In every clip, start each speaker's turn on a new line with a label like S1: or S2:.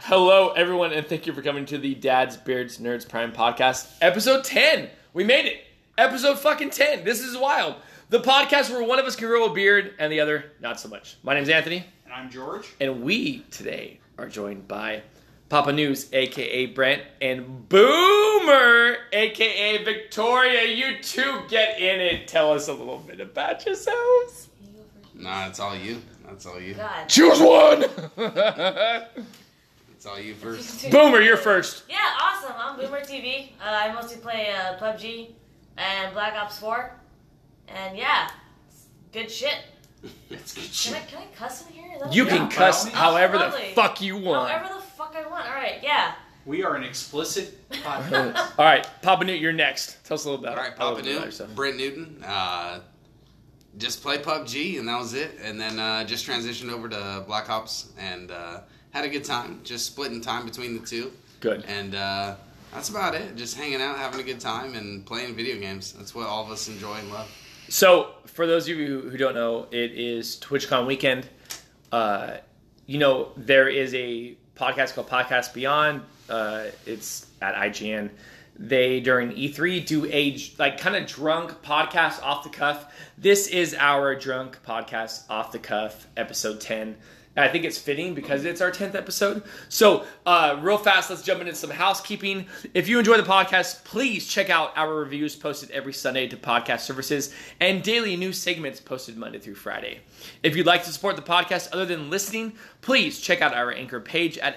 S1: Hello, everyone, and thank you for coming to the Dad's Beards Nerds Prime Podcast, episode 10. We made it. Episode fucking 10. This is wild. The podcast where one of us can grow a beard and the other not so much. My name's Anthony,
S2: And I'm George.
S1: and we today are joined by Papa News, aka Brent, and Boomer, aka Victoria. You two get in it. Tell us a little bit about yourselves.
S2: Nah, it's all you. That's all you.
S3: God.
S1: Choose one!
S2: It's all you first.
S1: Boomer, you're first.
S3: Yeah, awesome. I'm Boomer TV. Uh, I mostly play uh, PUBG and Black Ops 4. And yeah, it's good shit. Can I, can I cuss in here? Is that
S1: You
S3: okay?
S1: can
S2: by all
S1: cuss
S2: means.
S1: however the
S3: Lovely.
S1: fuck you want.
S3: However the fuck I want. All right, yeah.
S2: We are an explicit podcast.
S1: All right, Papa Newt, you're next. Tell us a little about
S4: All right, Papa Newton, Brent Newton. Uh, just play PUBG, and that was it. And then uh, just transitioned over to Black Ops and uh, had a good time. Just splitting time between the two.
S1: Good.
S4: And uh, that's about it. Just hanging out, having a good time, and playing video games. That's what all of us enjoy and love.
S1: So, for those of you who- who don't know, it is TwitchCon weekend. Uh, you know, there is a podcast called Podcast Beyond. Uh, it's at IGN. They during E3 do a j- like kind of drunk podcast off the cuff. This is our drunk podcast off the cuff episode 10. And I think it's fitting because it's our 10th episode. So, uh, real fast, let's jump into some housekeeping. If you enjoy the podcast, please check out our reviews posted every Sunday to podcast services and daily news segments posted Monday through Friday. If you'd like to support the podcast other than listening, please check out our Anchor page at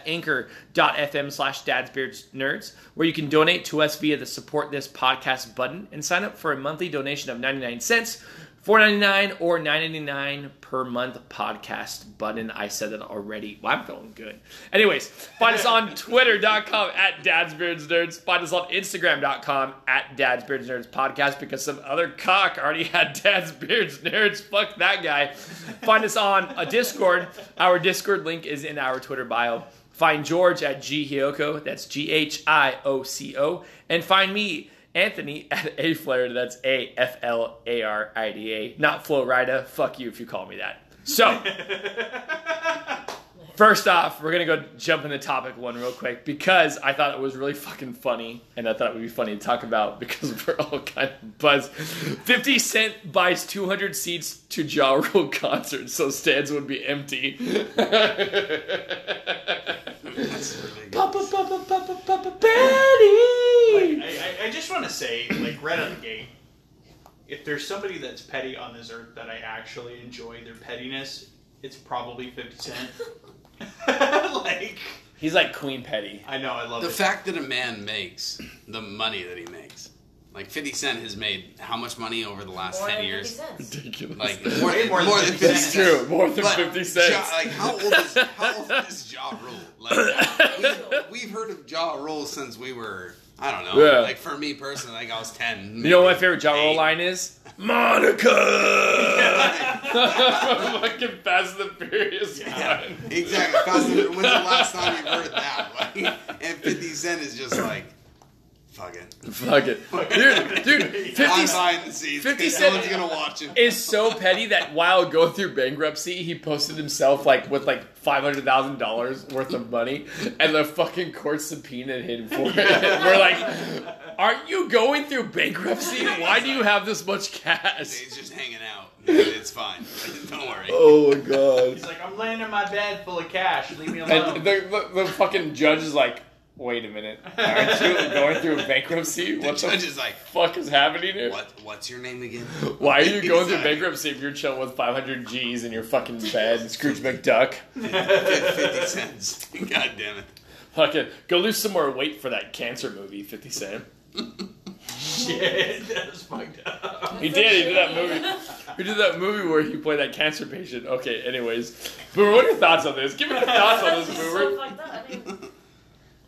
S1: anchor.fm slash dadsbeardsnerds, where you can donate to us via the support this podcast button and sign up for a monthly donation of 99 cents. 4.99 or 9.99 per month podcast button. I said that already. Well, I'm feeling good. Anyways, find us on twitter.com at dadsbeardsnerds. Find us on instagram.com at dadsbeardsnerds podcast because some other cock already had dadsbeardsnerds. Fuck that guy. Find us on a Discord. Our Discord link is in our Twitter bio. Find George at G Hioco. That's G H I O C O. And find me, Anthony, at A Florida. That's A F L A R I D A. Not Florida. Fuck you if you call me that. So, first off, we're going to go jump into topic one real quick because I thought it was really fucking funny and I thought it would be funny to talk about because we're all kind of buzzed. 50 Cent buys 200 seats to Ja Rule concert, so stands would be empty.
S4: That's really good.
S1: Papa, Papa, Papa, Papa Petty.
S2: I, I, I just want to say, like, right out of the gate, if there's somebody that's petty on this earth that I actually enjoy their pettiness, it's probably 50 Cent. like,
S1: He's like Queen Petty.
S2: I know, I love
S4: The
S2: it.
S4: fact that a man makes the money that he makes. Like 50 Cent has made how much money over the last
S3: More
S4: 10
S3: than 50
S4: years?
S3: cents.
S1: Ridiculous.
S4: Like
S2: Way more than 50
S1: That's
S2: cents.
S1: true. More than
S4: But
S1: fifty cents.
S4: Ja, like how old is how old is Ja Rule? Like we, have heard of Ja Rule since we were I don't know.
S1: Yeah.
S4: Like for me personally, like I was ten.
S1: you know what my
S4: maybe
S1: favorite Ja Rule
S4: eight.
S1: line is? Monica. Fucking Fast and the Furious
S2: Yeah.
S1: one.
S4: Exactly. Fast and- When's the last time you heard that? Like, and Fifty Cent is just like, fuck it.
S1: Fuck it, dude. Dude,
S4: I'm
S1: Fifty Cent
S4: buying the seats.
S1: 50
S4: 'cause
S1: Cent-
S4: no one's gonna watch it.
S1: is so petty that while going through bankruptcy, he posted himself like with like five hundred thousand dollars worth of money, and the fucking court subpoenaed him for it. We're like, aren't you going through bankruptcy? Why do you have this much cash?
S4: He's just hanging out. It's fine. Don't worry.
S1: Oh my god.
S2: He's like, I'm laying in my bed full of cash. Leave me alone.
S1: And the, the, the fucking judge is like, wait a minute, aren't you going through bankruptcy?
S4: The
S1: What the
S4: judge is like,
S1: fuck is happening here?
S4: what? What's your name again?
S1: Why are you going through
S4: Exactly.
S1: bankruptcy if you're chilling with 500 G's in your fucking bed, Scrooge McDuck?
S4: Fifty cents. God damn it.
S1: Fucking go lose some more weight for that cancer movie, 50 Cent.
S2: Shit, that was fucked up.
S1: He did, he did that movie. He did that movie where he played that cancer patient. Okay, anyways. Boomer, what are your thoughts on this? Give me your thoughts on this,
S3: This is so
S1: Boomer.
S3: fucked up. I mean,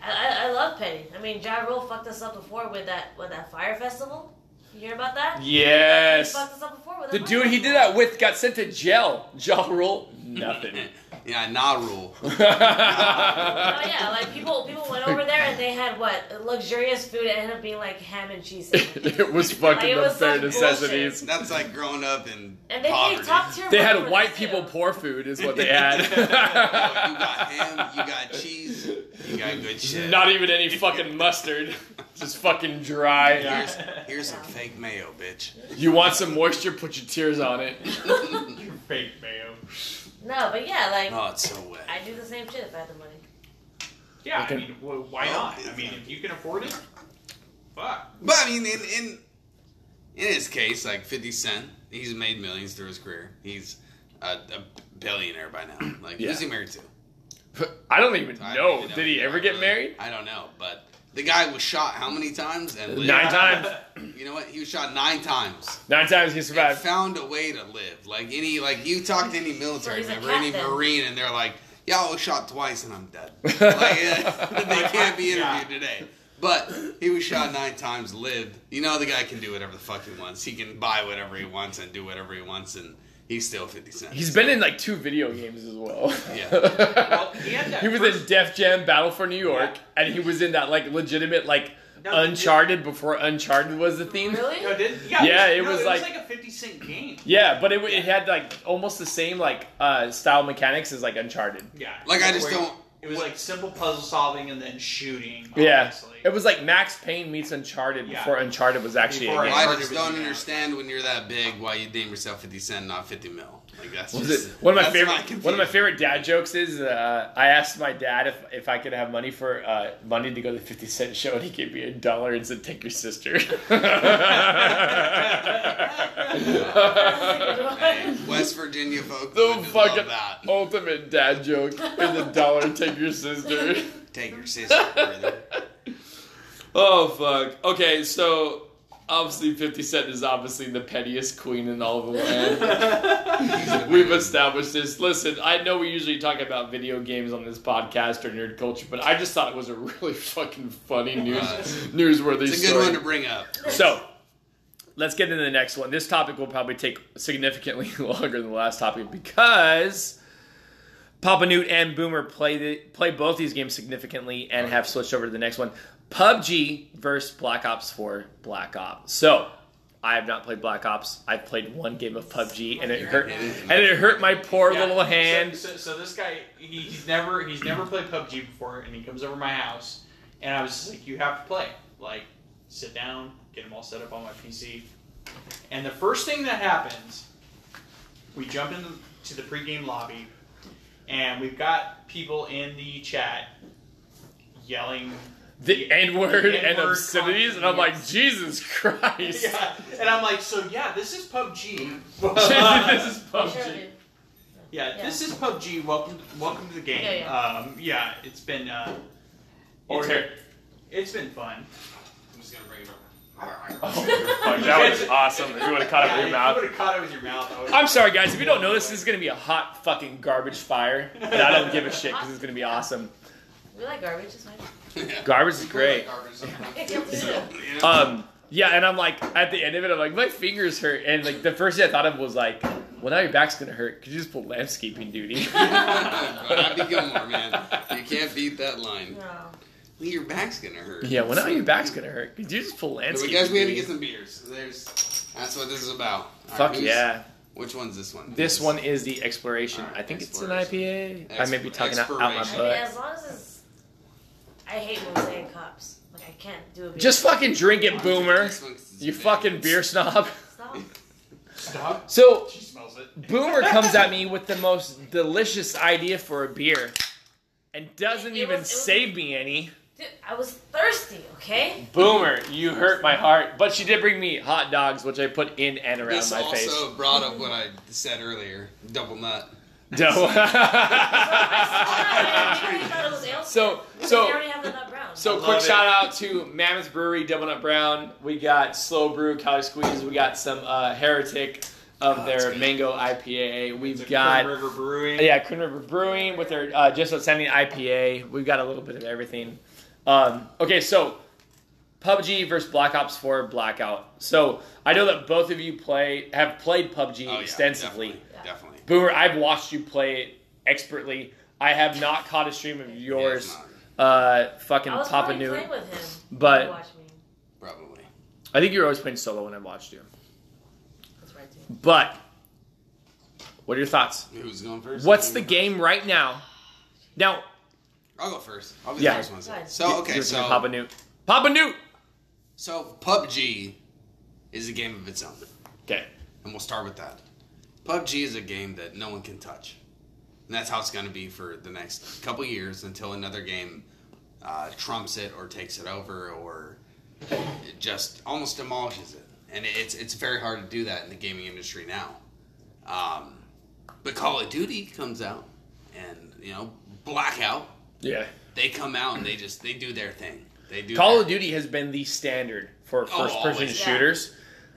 S3: I, I, I love Petty. I mean, Ja Rule fucked us up before with that with that fire festival. You hear about that? He
S1: Yes.
S3: fucked us up before with
S1: The
S3: that
S1: dude he did that with got sent to jail. Jaw Rule, nothing.
S4: Yeah, nah rule.
S3: Oh yeah, like people people went over there and they had what luxurious food. It ended up being like ham and cheese, sandwich.
S1: it was fucking
S3: Like, it was
S1: unfair
S3: some
S1: necessities.
S4: That's like growing up in
S3: and they paid
S4: poverty.
S3: top tier.
S1: They
S3: money
S1: had
S3: for
S1: white
S3: this,
S1: people
S3: too.
S1: poor food, is what they
S4: Oh, you
S1: had.
S4: got ham, you got cheese, you got good shit.
S1: Not even any fucking mustard, just fucking dry.
S2: Yeah.
S4: Here's, here's some fake mayo, bitch.
S1: You want some moisture? Put your tears on it.
S2: Your fake mayo.
S3: No, but yeah, like
S4: Oh, it's so wet.
S3: I do the same shit if I had the money.
S2: Yeah,
S1: Okay.
S2: I mean, wh- why not? I mean, if you can afford it, fuck.
S4: But I mean, in in in his case, like Fifty Cent, he's made millions through his career. He's a, a billionaire by now. Like,
S1: Yeah.
S4: who's he married to?
S1: I don't even
S4: I don't
S1: know.
S4: even
S1: Did he ever
S4: I
S1: get
S4: really-
S1: married?
S4: I don't know, but the guy was shot how many times? And lived?
S1: Nine times.
S4: You know what? He was shot nine times.
S1: Nine times he
S4: and
S1: survived.
S4: found a way to live. Like any, like you talk to any military
S3: he's a
S4: member, any
S3: captain.
S4: marine, and they're like, "Yeah, I was shot twice and I'm dead." Like uh, they can't be interviewed today. But he was shot nine times, lived. You know, the guy can do whatever the fuck he wants. He can buy whatever he wants and do whatever he wants, and he's still fifty cents.
S1: He's been in like two video games as well.
S4: Yeah.
S2: Well, he had that
S1: he was
S2: first-
S1: in Def Jam Battle for New York,
S2: Yeah.
S1: and he was in that like legitimate like
S2: No, he-
S1: Uncharted before Uncharted was the theme.
S3: Really?
S2: No, Oh, did yeah,
S1: Yeah,
S2: it
S1: it
S2: was, no,
S1: was
S2: it
S1: like-
S2: was like a fifty cent game.
S1: Yeah, but it, w- it had like almost the same like uh, style mechanics as like Uncharted.
S2: Yeah,
S4: Like, I just
S2: where
S4: don't-
S2: It was like simple puzzle solving and then shooting.
S1: Yeah,
S2: Obviously.
S1: it was like Max Payne meets Uncharted
S2: Yeah.
S1: before Uncharted was actually
S2: Before
S1: a game.
S2: I-
S4: I
S2: hard
S4: just
S2: to
S4: don't
S2: be-
S4: understand when you're that big why you name yourself 50 Cent, not 50 mil. Like that's
S1: What
S4: just
S1: was it? One of my
S4: that's
S1: favorite one of my
S4: confusion.
S1: favorite dad jokes is uh, I asked my dad if, if I could have money for uh, money to go to the Fifty Cent show, and he gave me a dollar and said, "Take your sister."
S3: That's a good one.
S4: Hey, West Virginia folk.
S1: the Oh.
S4: would just love
S1: fucking
S4: that.
S1: ultimate dad joke is a dollar take your sister.
S4: Take your sister, brother.
S1: Oh fuck. Okay, so obviously Fifty Cent is obviously the pettiest queen in all of the land. We've established this. Listen, I know we usually talk about video games on this podcast or nerd culture, but I just thought it was a really fucking funny news
S4: Uh,
S1: newsworthy
S4: It's a good
S1: story.
S4: one to bring up.
S1: So, let's get into the next one. This topic will probably take significantly longer than the last topic because Papa Newt and Boomer play the, play both these games significantly and have switched over to the next one. PUBG versus Black Ops 4 Black Ops. So, I have not played Black Ops. I've played one game of PUBG and it hurt and it hurt my poor
S2: Yeah,
S1: little
S2: so-
S1: hand.
S2: So, so, this guy, he, he's never he's never played PUBG before, and he comes over to my house, and I was just like, "You have to play." Like, sit down, get him all set up on my PC, and the first thing that happens, we jump into to the pregame lobby, and we've got people in the chat yelling
S1: The N-word
S2: the
S1: and
S2: N-word
S1: obscenities and I'm like,
S2: constantly.
S1: "Jesus Christ."
S2: Yeah, and I'm like, so yeah, this is PUBG.
S1: this is
S2: Oh,
S3: Sure
S1: PUBG.
S3: do.
S2: Yeah,
S3: Yeah.
S2: this is PUBG. Welcome, to, welcome to the game.
S3: Yeah,
S2: Um, yeah it's been. Uh,
S1: Over
S2: it's,
S1: here.
S2: it's been fun.
S4: I'm just gonna bring it
S1: Fuck, that was awesome. If you would have caught it
S2: yeah,
S1: with
S2: if
S1: your mouth.
S2: You would have caught it with your mouth. I would've-
S1: I'm sorry, guys. If you don't know this, this is going to be a hot fucking garbage fire. And I don't give a shit because it's going to be awesome.
S3: We like garbage. It's fine.
S4: up.
S1: Garbage is great.
S3: Yeah.
S4: You know?
S1: Um, yeah, and I'm like, at the end of it, I'm like, my fingers hurt. And like, the first thing I thought of was like, well, now your back's going to hurt because you just pulled landscaping duty.
S4: But Happy Gilmore, man. You can't beat that line.
S3: No.
S4: Your back's gonna hurt.
S1: yeah, well, now your back's going to hurt because you just pulled
S4: But
S1: landscaping
S4: guys, we had to
S1: duty.
S4: get some beers. There's. That's what this is about. All right,
S1: Fuck
S4: who's-
S1: yeah.
S4: Which one's this one?
S1: This one is the exploration.
S4: Alright,
S1: I think it's an IPA.
S4: exploration.
S1: I may be talking out, out my
S3: I mean,
S4: Exploration.
S1: butt.
S3: as long as it's, I hate when saying cops. Like I can't do it.
S1: Just fucking drink it,
S4: I'll take
S1: boomer.
S4: this one 'cause it's
S1: You
S4: big.
S1: fucking beer snob.
S3: Stop.
S2: Stop.
S1: So,
S2: She smells it.
S1: Boomer comes at me with the most delicious idea for a beer and doesn't
S3: It
S1: even
S3: was- it was-
S1: save me any.
S3: Dude, I was thirsty. Okay.
S1: Boomer, you hurt my heart. But she did bring me hot dogs, which I put in and around
S4: This
S1: my
S4: also
S1: face.
S4: brought up what I said earlier. Double nut.
S3: I literally thought it was ale.
S1: so,
S3: because they
S1: so,
S3: already have the nut brown.
S1: so
S2: I
S1: quick
S2: love it.
S1: shout out to Mammoth Brewery, Double Nut Brown. We got Slow Brew, Cali Squeeze. We got some uh, Heretic of
S4: Oh, that's
S1: their
S4: good.
S1: mango IPA. We've
S2: It's a
S1: got.
S2: Kern River Brewing.
S1: Yeah, Coon River Brewing with their uh, just outstanding IPA. We've got a little bit of everything. Um, okay, so PUBG versus Black Ops 4 Blackout. So I know that both of you play have played PUBG
S4: Oh, yeah,
S1: extensively.
S4: Definitely. definitely.
S1: Boomer, I've watched you play it expertly. I have not caught a stream of yours,
S4: it's not,
S1: uh, fucking
S3: I was
S1: Papa
S3: probably
S1: New.
S3: playing with him.
S1: but-
S3: He watched me.
S4: probably.
S1: I think you were always playing solo when I watched you.
S3: That's right. Too.
S1: But what are your thoughts?
S4: Who's going first?
S1: What's
S4: Who-
S1: the game right now? Now,
S4: I'll go first. I'll be
S1: Yeah.
S4: the first one. to say.
S3: Good.
S4: So okay,
S1: give it to me,
S4: so
S1: Papa Newt. Papa Newt.
S4: so PUBG is a game of its own,
S1: Okay.
S4: and we'll start with that. PUBG is a game that no one can touch, and that's how it's going to be for the next couple years until another game uh, trumps it or takes it over or it just almost demolishes it. And it's it's very hard to do that in the gaming industry now. Um, but Call of Duty comes out, and you know Blackout
S1: Yeah.
S4: they come out and they just they do their thing. They do
S1: Call
S4: their-
S1: of Duty has been the standard for
S4: Oh,
S1: first-person
S4: always.
S3: Yeah.
S1: shooters,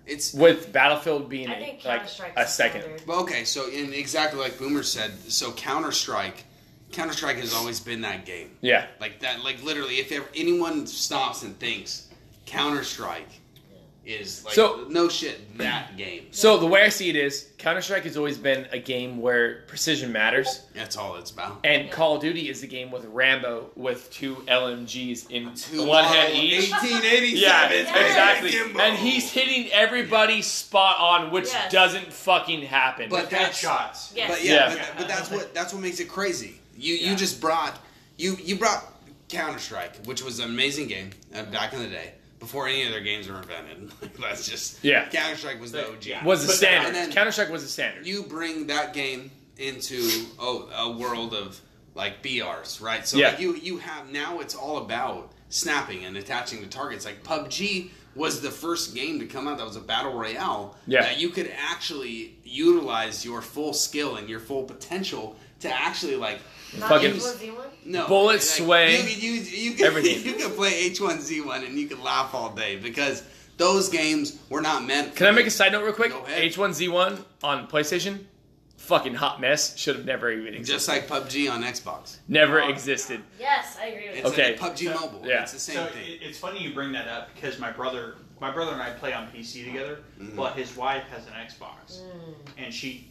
S4: It's
S1: with Battlefield being
S3: I
S1: a-
S3: think
S1: like
S3: Counter Strike
S1: a second.
S4: well, okay. So in exactly like Boomer said, so Counter Strike, Counter Strike has always been that game.
S1: Yeah.
S4: Like that. Like literally, if ever, anyone stops and thinks Counter Strike is like
S1: So-
S4: no shit that game.
S1: So the way I see it is, Counter Strike has always been a game where precision matters,
S4: That's all it's about.
S1: and Call of Duty is the game with Rambo with two LMGs in
S4: Two
S1: one
S4: model
S1: hand each.
S4: 1887.
S1: Yeah,
S3: Yeah.
S1: exactly.
S4: Kimbo.
S1: And he's hitting everybody spot on, which
S3: Yes.
S1: doesn't fucking happen.
S4: But that's
S2: Headshots.
S3: Yes.
S4: But yeah,
S1: Yeah.
S4: But, that- but that's what that's what makes it crazy. You
S2: Yeah.
S4: you just brought you you brought Counter Strike, which was an amazing game uh, back in the day before any other games were invented. that's just
S1: Yeah.
S4: Counter Strike was the OG.
S2: Yeah.
S1: was the
S2: But-
S1: standard.
S4: and then-
S1: Counter Strike was the standard.
S4: You bring that game into oh, a world of like BRs, right? So
S1: Yeah.
S4: like you you have now it's all about snapping and attaching to targets. Like PUBG was the first game to come out that was a battle royale
S1: Yeah.
S4: that you could actually utilize your full skill and your full potential to actually like
S3: Not
S1: Fucking-
S3: H1Z1?
S4: no
S1: Bullet sway,
S4: You, could use- you, could-
S1: everything.
S4: You could play H1Z1 and you could laugh all day because those games were not meant. For
S1: Can I make a side note real quick?
S4: Go ahead.
S1: H1Z1 on PlayStation, fucking hot mess. Should have never even existed.
S4: just like PUBG on Xbox?
S1: Never
S2: Oh,
S1: existed.
S3: Yes, I agree with
S4: It's
S3: you.
S1: Okay.
S4: like PUBG Mobile.
S1: yeah.
S4: It's the same
S2: So
S4: thing.
S2: it, it's funny you bring that up because my brother, my brother and I play on PC together, but his wife has an Xbox, and she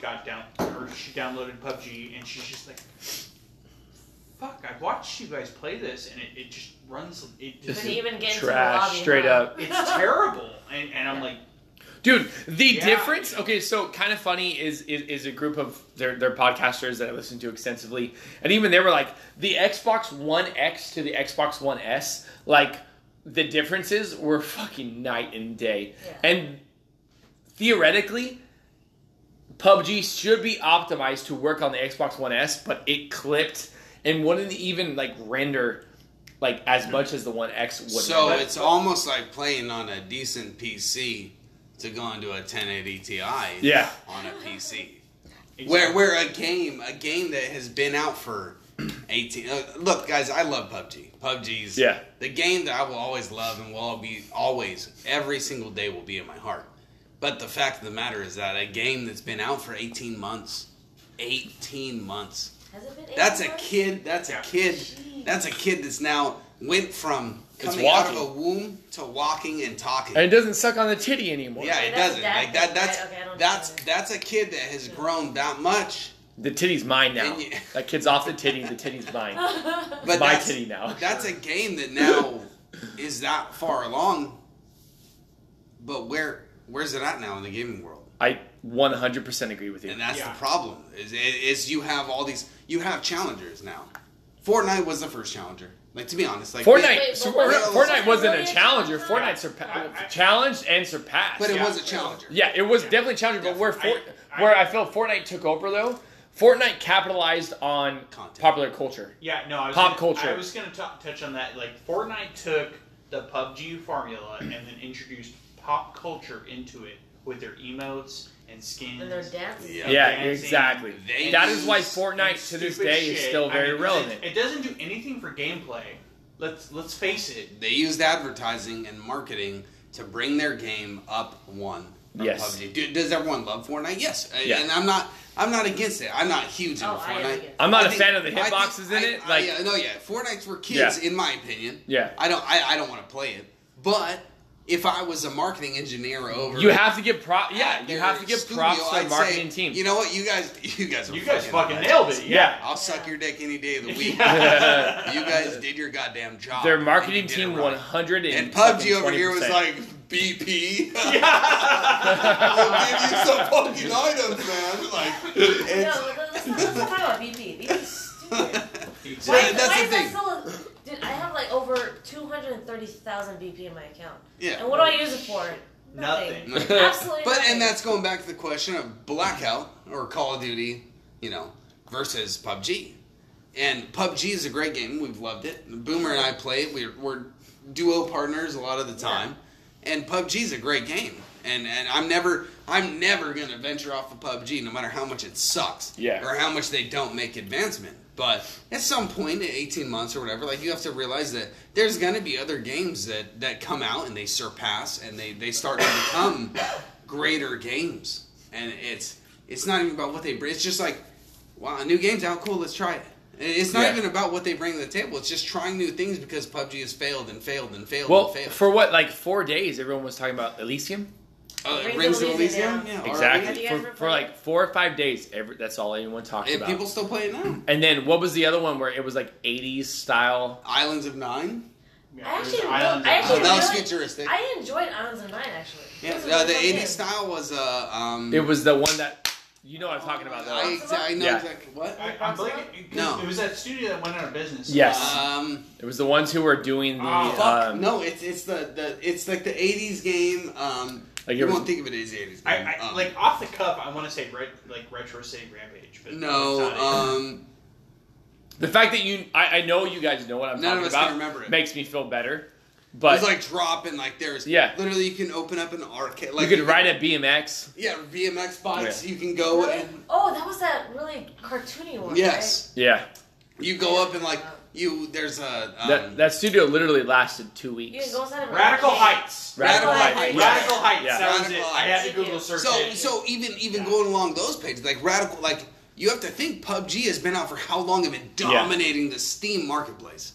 S2: got down or she downloaded PUBG, and she's just like, "Fuck! I watched you guys play this, and it, it just runs. It
S3: Couldn't
S2: just,
S3: even get into the
S1: Trash,
S3: lobby,
S1: straight
S3: huh?
S1: up.
S2: it's terrible." And, and I'm like,
S1: Dude, the
S2: Yeah.
S1: difference. Okay, so kind of funny is, is is a group of their their podcasters that I listen to extensively, and even they were like the Xbox One X to the Xbox One S, like the differences were fucking night and day.
S3: Yeah.
S1: And theoretically, PUBG should be optimized to work on the Xbox One S, but it clipped and wouldn't even like render like as much as the One X would.
S4: So
S1: render.
S4: it's almost like playing on a decent PC to go into a 1080 Ti.
S1: Yeah.
S4: On a PC,
S2: Exactly.
S4: where where a game a game that has been out for 18. Uh, look, guys, I love PUBG. PUBG's
S1: Yeah.
S4: the game that I will always love and will all be always every single day will be in my heart. But the fact of the matter is that a game that's been out for 18 months, 18 months.
S3: Has it been
S4: That's a
S3: 81?
S4: kid. That's a
S2: Yeah.
S4: kid. That's a kid that's now went from
S1: It's
S4: coming out of
S1: walking.
S4: a womb to walking and talking.
S1: and it doesn't suck on the titty anymore.
S4: yeah,
S3: Okay,
S4: it
S3: that's
S4: doesn't.
S3: that
S4: Like
S3: kid.
S4: that. That's
S3: I- okay, I don't
S4: that's
S3: know that.
S4: that's a kid that has grown that much.
S1: The titty's mine now.
S4: And you-
S1: That kid's off the titty. The titty's mine.
S4: But
S1: My
S4: that's,
S1: titty now.
S4: That's a game that now is that far along. But where where's it at now in the gaming world?
S1: I 100% agree with you.
S4: And that's
S2: Yeah.
S4: the problem. Is, is you have all these you have challengers now. Fortnite was the first challenger. Like to be honest, like
S1: Fortnite,
S3: Wait, what
S1: sur-
S3: was
S4: it?
S1: Fortnite wasn't a
S3: Really a
S1: challenger. Fortnite
S3: challenger?
S1: surpa-
S2: I- I-
S1: challenged and surpassed.
S4: but it
S2: Yeah.
S4: was a challenger.
S1: yeah, it was
S2: Yeah.
S1: definitely a challenger. But where Fort,
S2: I- I-
S1: where I feel Fortnite took over though, Fortnite capitalized on
S4: Content.
S1: popular culture.
S2: Yeah, no. I was
S1: Pop
S2: gonna,
S1: culture.
S2: I was going to touch on that. Like Fortnite took the PUBG formula and then introduced pop culture into it with their emotes and skins.
S3: And they're dancing.
S4: Yeah.
S1: Yeah,
S2: dancing.
S1: exactly.
S4: They
S1: That is why
S4: use
S1: Fortnite to this
S2: Stupid
S1: day is
S2: shit.
S1: still
S2: I
S1: very
S2: mean, 'cause
S1: relevant.
S2: It, it doesn't do anything for gameplay. Let's let's face it.
S4: They used advertising and marketing to bring their game up one. from
S1: Yes.
S4: PUBG. Do, does everyone love Fortnite? Yes. I-
S1: Yeah.
S4: And I'm not. I'm not against it. I'm not huge into
S3: Oh, I am
S4: Fortnite.
S3: against it.
S1: I'm not
S4: a
S1: a fan of the hitboxes in it. Like,
S4: yeah, no, yeah, Fortnite's for kids,
S1: Yeah.
S4: in my opinion.
S1: Yeah.
S4: I don't. I, I don't want to play it, but if I was a marketing engineer over.
S1: You have to give props. Yeah, you
S4: their
S1: have to give
S4: studio,
S1: props to
S4: I'd
S1: the marketing
S4: say,
S1: team.
S4: You know what? You guys, you guys, are
S2: You guys fucking
S4: legends.
S2: nailed it. Yeah.
S4: I'll suck your dick any day of the week.
S2: Yeah.
S4: you guys did your goddamn job.
S1: Their
S4: and
S1: marketing
S4: you did it
S1: team
S4: right.
S1: one hundred
S4: And PUBG over here was like BP. I'll give you some fucking items, man. Like,
S3: No, let's
S4: it's,
S3: not, let's not talk about BP. BP's stupid.
S4: Well,
S3: Why,
S4: that's the
S3: why is
S4: thing.
S3: that still a, dude, I have like over 230,000 BP in my account.
S4: yeah.
S3: And what do I use it for?
S2: Nothing.
S3: Absolutely
S4: But
S3: nothing.
S4: and that's going back to the question of Blackout or Call of Duty, you know, versus PUBG. And PUBG is a great game. We've loved it. Boomer and I play it. We're, we're duo partners a lot of the time. And PUBG is a great game. And and I'm never I'm never gonna venture off of PUBG, no matter how much it sucks.
S1: Yeah.
S4: Or how much they don't make advancement. But at some point, in 18 months or whatever, like you have to realize that there's gonna be other games that that come out and they surpass and they they start to become greater games. And it's it's not even about what they bring. It's just like wow, a new game's out. Cool, let's try it. It's not
S1: Yeah.
S4: even about what they bring to the table. It's just trying new things because PUBG has failed and failed and failed
S1: well,
S4: and failed.
S1: for what like four days, everyone was talking about Elysium.
S4: uh,
S3: Rings of
S4: Rings of
S3: Elysium.
S4: Elysium, yeah, already.
S3: Have
S1: Exactly
S3: you
S1: for,
S3: guys
S1: for
S3: ever played
S1: like four or five days. Every that's all anyone talked
S4: And
S1: about.
S4: people still play it now.
S1: and then what was the other one where it was like '80s style?
S4: Islands of Nine.
S3: I actually
S2: There's
S3: really-
S2: islands
S3: I
S2: out
S4: Oh,
S3: actually
S2: there.
S4: that was
S3: really-
S4: futuristic.
S3: I enjoyed Islands of Nine actually.
S4: Yeah,
S3: It was a
S4: uh, the
S3: fun game.
S4: 80s style was uh, um.
S1: It was the one that you know what I'm talking about.
S4: I,
S1: Though.
S4: exa- I know
S1: Yeah.
S4: exactly what.
S2: I, I'm blanking.
S4: No.
S2: It was that studio that went out of business. Uh,
S1: Yes.
S4: Um,
S1: It was the ones who were doing the
S2: Oh,
S4: fuck,
S1: um,
S4: no, it's it's the, the it's like the 80s game. Um,
S1: Like
S4: you
S1: it was-
S4: won't think of it as the 80s game.
S2: I, I
S4: um,
S2: like off the cuff. I want to say red, like retro city rampage. But
S4: no,
S2: it's not it.
S4: um,
S1: the fact that you I, I know you guys know what I'm
S4: None of
S1: talking
S4: us can
S1: about
S4: remember it.
S1: makes me feel better.
S4: it
S1: But
S4: was like dropping like there's
S1: Yeah.
S4: Literally, you can open up an arcade. Like
S1: you could ride a BMX.
S4: Yeah, BMX bikes.
S1: Yeah.
S4: You can go
S3: Really?
S4: and
S3: Oh, that was that really cartoony one.
S4: yes,
S1: Yeah,
S4: you go up and like you. There's a um,
S1: that that studio literally lasted two
S3: Right? You can
S1: weeks.
S3: go inside of a
S2: Radical
S3: arcade.
S2: Heights.
S1: Radical
S3: Heights.
S1: Heights.
S3: Yeah.
S2: Radical Heights.
S1: Yeah.
S2: That was
S4: Radical
S2: it. I had to
S3: Heights.
S2: Google search
S4: so
S2: it.
S4: so even even
S2: Yeah.
S4: going along those pages like radical like you have to think PUBG has been out for how long and been dominating the Steam marketplace.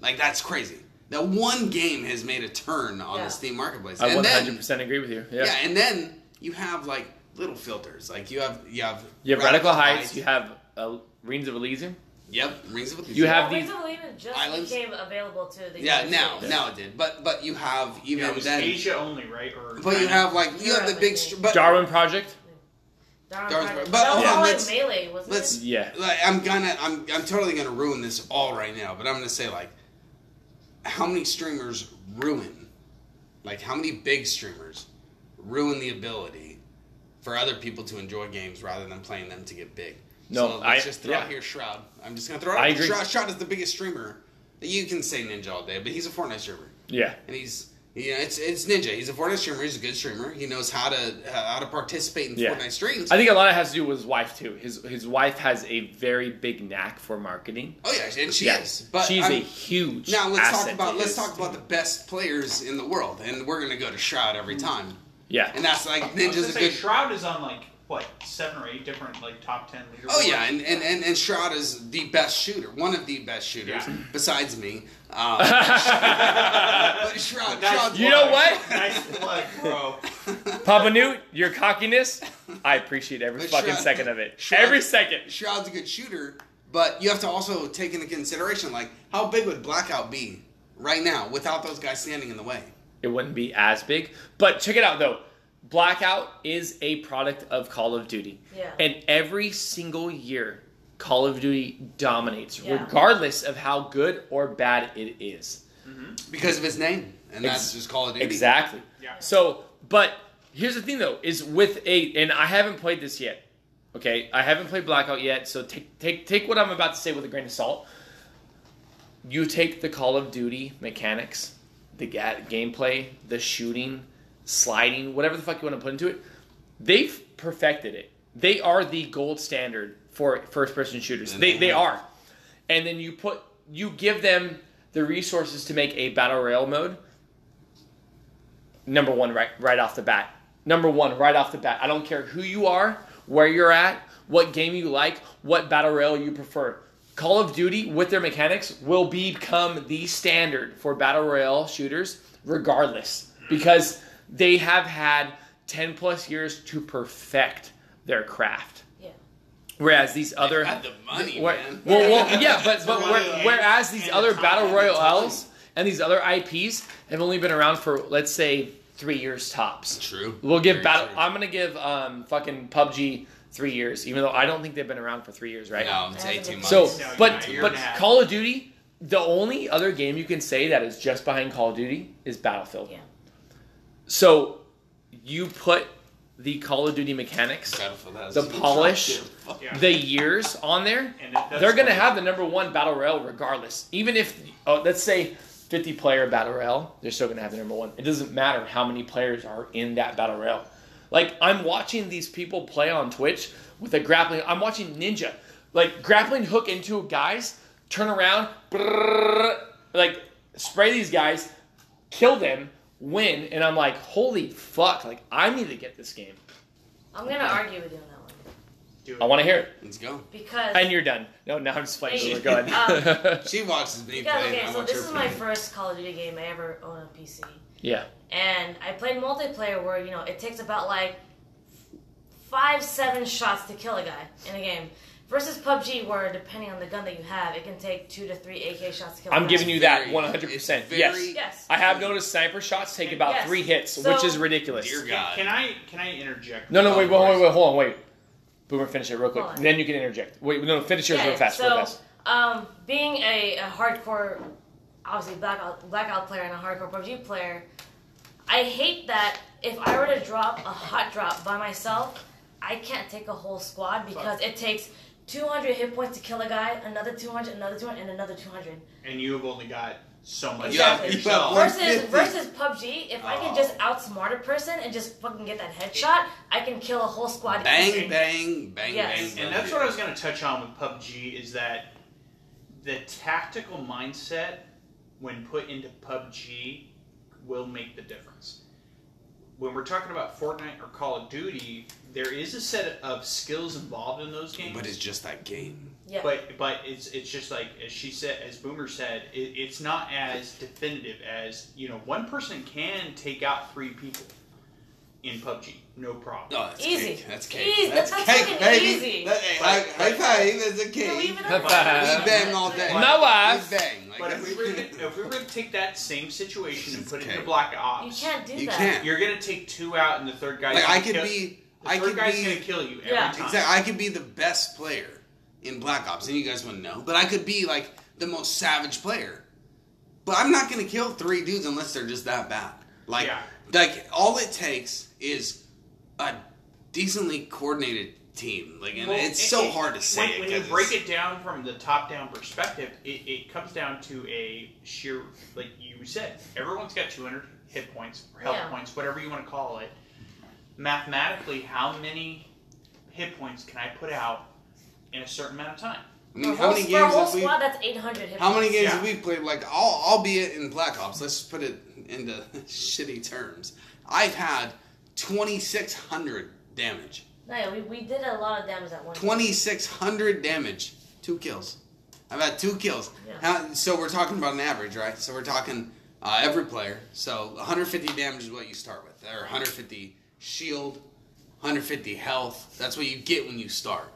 S4: Like that's crazy. That one game has made a turn on
S3: Yeah.
S4: the Steam marketplace.
S1: I
S4: and then
S1: 100 percent agree with you.
S4: yeah.
S1: Yeah,
S4: and then you have like little filters. Like you have you have
S1: you have Radical Heights. You have uh, Rings of Elysium.
S4: Yep, Rings of Elysium.
S1: You have
S3: Well,
S1: these-
S3: Rings of Elysium just
S4: Islands?
S3: became available to the
S4: Yeah,
S3: United
S4: now
S3: States.
S4: now it did. But but you have even
S2: yeah, it was
S4: then
S2: Asia only, right? Or
S4: But you
S2: China.
S4: have like you have the big, str- but
S1: Darwin Project.
S3: Darn
S4: Darn
S3: Project.
S4: right. But
S3: that was
S4: hold on,
S3: all
S4: let's-
S3: in melee, wasn't
S4: let's-
S3: it?
S1: Yeah,
S4: like, I'm gonna I'm I'm totally gonna ruin this all right now. But I'm gonna say like, how many streamers ruin, like how many big streamers ruin the ability for other people to enjoy games rather than playing them to get big.
S1: No,
S4: so let's
S1: I-
S4: just throw
S1: yeah.
S4: out here Shroud. I'm just gonna throw out
S1: I
S4: here.
S1: agree.
S4: Shroud. Shroud is the biggest streamer. You can say Ninja all day, but he's a Fortnite streamer
S1: yeah.
S4: and he's you know it's it's Ninja. He's a Fortnite streamer. He's a good streamer. He knows how to how to participate in
S1: Yeah.
S4: Fortnite streams.
S1: I think a lot of it has to do with his wife too. His his wife has a very big knack for marketing.
S4: oh yeah, and she
S1: Yeah.
S4: is. But um,
S1: she's
S4: I'm-
S1: a huge.
S4: now let's talk
S1: asset
S4: about
S1: to his
S4: let's talk about the best players in the world, and we're gonna go to Shroud every
S1: Hmm.
S4: time.
S1: Yeah,
S4: And that's like
S2: I was gonna
S4: Ninja's a
S2: say,
S4: good.
S2: Shroud is on like what seven or eight different like top ten leaderboards.
S4: Oh yeah, and, and, and, and Shroud is the best shooter, one of the best shooters
S2: Yeah.
S4: besides me. Um, but Shroud,
S2: Nice
S4: Shroud's
S1: You know
S2: plug.
S1: what?
S2: Nice plug, bro.
S1: Papa Newt, your cockiness, I appreciate every
S4: But
S1: fucking
S4: Shroud-
S1: second of it.
S4: Shroud-
S1: every second.
S4: Shroud's a good shooter, but you have to also take into consideration like how big would Blackout be right now without those guys standing in the way.
S1: It wouldn't be as big. But check it out though. Blackout is a product of Call of Duty.
S3: Yeah.
S1: And every single year, Call of Duty dominates,
S3: Yeah.
S1: regardless of how good or bad it is.
S4: because of his name, and
S1: Ex-
S4: that's just Call of Duty.
S1: Exactly.
S2: Yeah.
S1: So, but here's the thing though: is with a, and I haven't played this yet. Okay, I haven't played Blackout yet, so take take take what I'm about to say with a grain of salt. You take the Call of Duty mechanics, the ga- gameplay, the shooting, sliding, whatever the fuck you want to put into it. They've perfected it. They are the gold standard for first-person shooters.
S4: And
S1: They
S4: they
S1: they
S4: have.
S1: are and then you put you give them the resources to make a battle royale mode. Number one, right right off the bat. Number one, right off the bat. I don't care who you are, where you're at, what game you like, what battle royale you prefer. Call of Duty with their mechanics will become the standard for battle royale shooters, regardless. because they have had 10 plus years to perfect their craft.
S3: Yeah.
S1: Whereas these other
S4: Had the money,
S1: Where-
S4: man.
S1: Well, well, yeah, but, but
S2: Well,
S1: where-
S2: yeah.
S1: whereas these
S2: And
S1: other
S2: time
S1: battle
S2: and
S1: royales and these other IPs have only been around for let's say three years tops.
S4: True.
S1: We'll give
S4: Very
S1: battle.
S4: true.
S1: I'm gonna give um fucking PUBG three years, even though I don't think they've been around for three years, right?
S4: No, it's eighteen months.
S1: So,
S2: No,
S1: but
S2: yeah, year
S1: but
S2: and a half.
S1: Call of Duty, the only other game you can say that is just behind Call of Duty is Battlefield.
S3: Yeah.
S1: So you put the Call of Duty mechanics,
S4: Battlefield has
S1: the polish,
S2: Yeah.
S1: the years on there.
S2: And that- that's
S1: They're going to
S2: what-
S1: have the number one battle royale regardless. Even if, oh, let's say, 50 player battle royale, they're still going to have the number one. It doesn't matter how many players are in that battle royale. Like, I'm watching these people play on Twitch with a grappling. I'm watching Ninja, like, grappling hook into guys, turn around, brrrr, like, spray these guys, kill them, win. And I'm like, holy fuck, like, I need to get this game.
S3: I'm gonna argue with you on that one
S2: Do it.
S1: I want to hear it.
S4: Let's go.
S3: because
S1: And you're done. No, no, I'm just playing.
S3: Wait,
S4: Oh
S1: Go
S3: Um,
S1: ahead.
S4: She watches me
S3: Because,
S4: play.
S3: okay,
S4: and I
S3: so
S4: watch
S3: this
S4: her
S3: is my
S4: play.
S3: first Call of Duty game I ever own on PC,
S1: yeah.
S3: and I played multiplayer where you know it takes about like five, seven shots to kill a guy in a game. Versus PUBG, where depending on the gun that you have, it can take two to three AK shots to kill.
S1: I'm
S3: a guy.
S1: giving you that
S4: Very-
S1: 100%.
S4: it's very-
S1: yes.
S3: Yes.
S1: I have noticed sniper shots take about
S3: Yes.
S1: three hits,
S3: So-
S1: which is ridiculous.
S4: Dear
S2: Can,
S4: God.
S2: can I can I interject?
S1: No, no, wait, wait,
S4: Oh,
S1: wait, wait, hold on, wait. Boomer, finish it real quick.
S3: Hold on.
S1: Then you can interject. Wait, no, finish yours real fast,
S3: So,
S1: real fast.
S3: Um, being a, a hardcore, obviously blackout blackout player and a hardcore PUBG player, I hate that if I were to drop a hot drop by myself, I can't take a whole squad because it takes 200 hit points to kill a guy, another 200, another 200, and another 200.
S2: And you have only got so much.
S4: Yeah,
S2: left
S3: you
S4: have
S2: yourself.
S4: one-
S3: Versus
S4: 150.
S3: versus PUBG, if I can
S4: Oh.
S3: just outsmart a person and just fucking get that headshot, I can kill a whole squad. easily.
S4: Bang, bang, bang,
S3: Yes.
S4: bang.
S2: And that's what I was going to touch on with PUBG is that the tactical mindset, when put into PUBG, will make the difference. When we're talking about Fortnite or Call of Duty, there is a set of skills involved in those games.
S4: But it's just that game.
S3: Yeah.
S2: But but it's it's just like as she said, as Boomer said, it, it's not as definitive as you know. One person can take out three people in PUBG, no problem.
S4: No, Oh, that's
S3: Easy.
S4: cake. That's cake.
S3: Easy.
S4: That's,
S3: That's
S4: cake,
S3: fucking
S4: baby.
S3: easy.
S4: That, hey, high, high five. That's a
S3: Can we
S4: cake.
S3: even-
S1: High
S4: We
S1: five.
S4: bang all day.
S2: No
S1: wives.
S4: We bang. Like,
S2: But if we were
S4: that's-
S2: gonna, if we were to take that same situation and put it
S4: Okay.
S2: into Black
S3: You
S2: Ops,
S3: can't do
S4: You
S3: that.
S4: can't.
S2: You're gonna take two out, and the third guy.
S4: like I could be,
S2: The
S4: I
S2: third
S4: could
S2: guy's
S4: be,
S2: gonna kill you every
S3: Yeah.
S2: time.
S4: exactly. I could be the best player in Black Ops, and you guys wouldn't know. But I could be like the most savage player. But I'm not gonna kill three dudes unless they're just that bad. Like,
S2: Yeah.
S4: like all it takes is a decently coordinated team. Like, and
S2: Well,
S4: it's
S2: it-
S4: so
S2: it-
S4: hard to say.
S2: When,
S4: it
S2: when you
S4: 'cause
S2: break
S4: it's-
S2: it down from the top-down perspective, it, it comes down to a sheer, like you said, everyone's got 200 hit points or health
S3: Yeah.
S2: points, whatever you want to call it. Mathematically, how many hit points can I put out in a certain amount of time?
S4: I
S3: For
S4: mean,
S3: a
S4: how
S3: whole,
S4: many
S3: for a
S4: games
S3: whole
S4: have we?
S3: squad, that's 800 hit
S4: How many
S3: points.
S4: games
S2: Yeah.
S4: have we played? Like, all, albeit in Black Ops, let's just put it into shitty terms. I've had 2,600 damage.
S3: No, yeah, we, we did a lot of damage at one.
S4: 2,600 damage. Two kills. I've had two kills.
S3: Yeah.
S4: How, so we're talking about an average, right? So we're talking uh, every player. So 150 damage is what you start with, or 150 shield, 150 health. That's what you get when you start.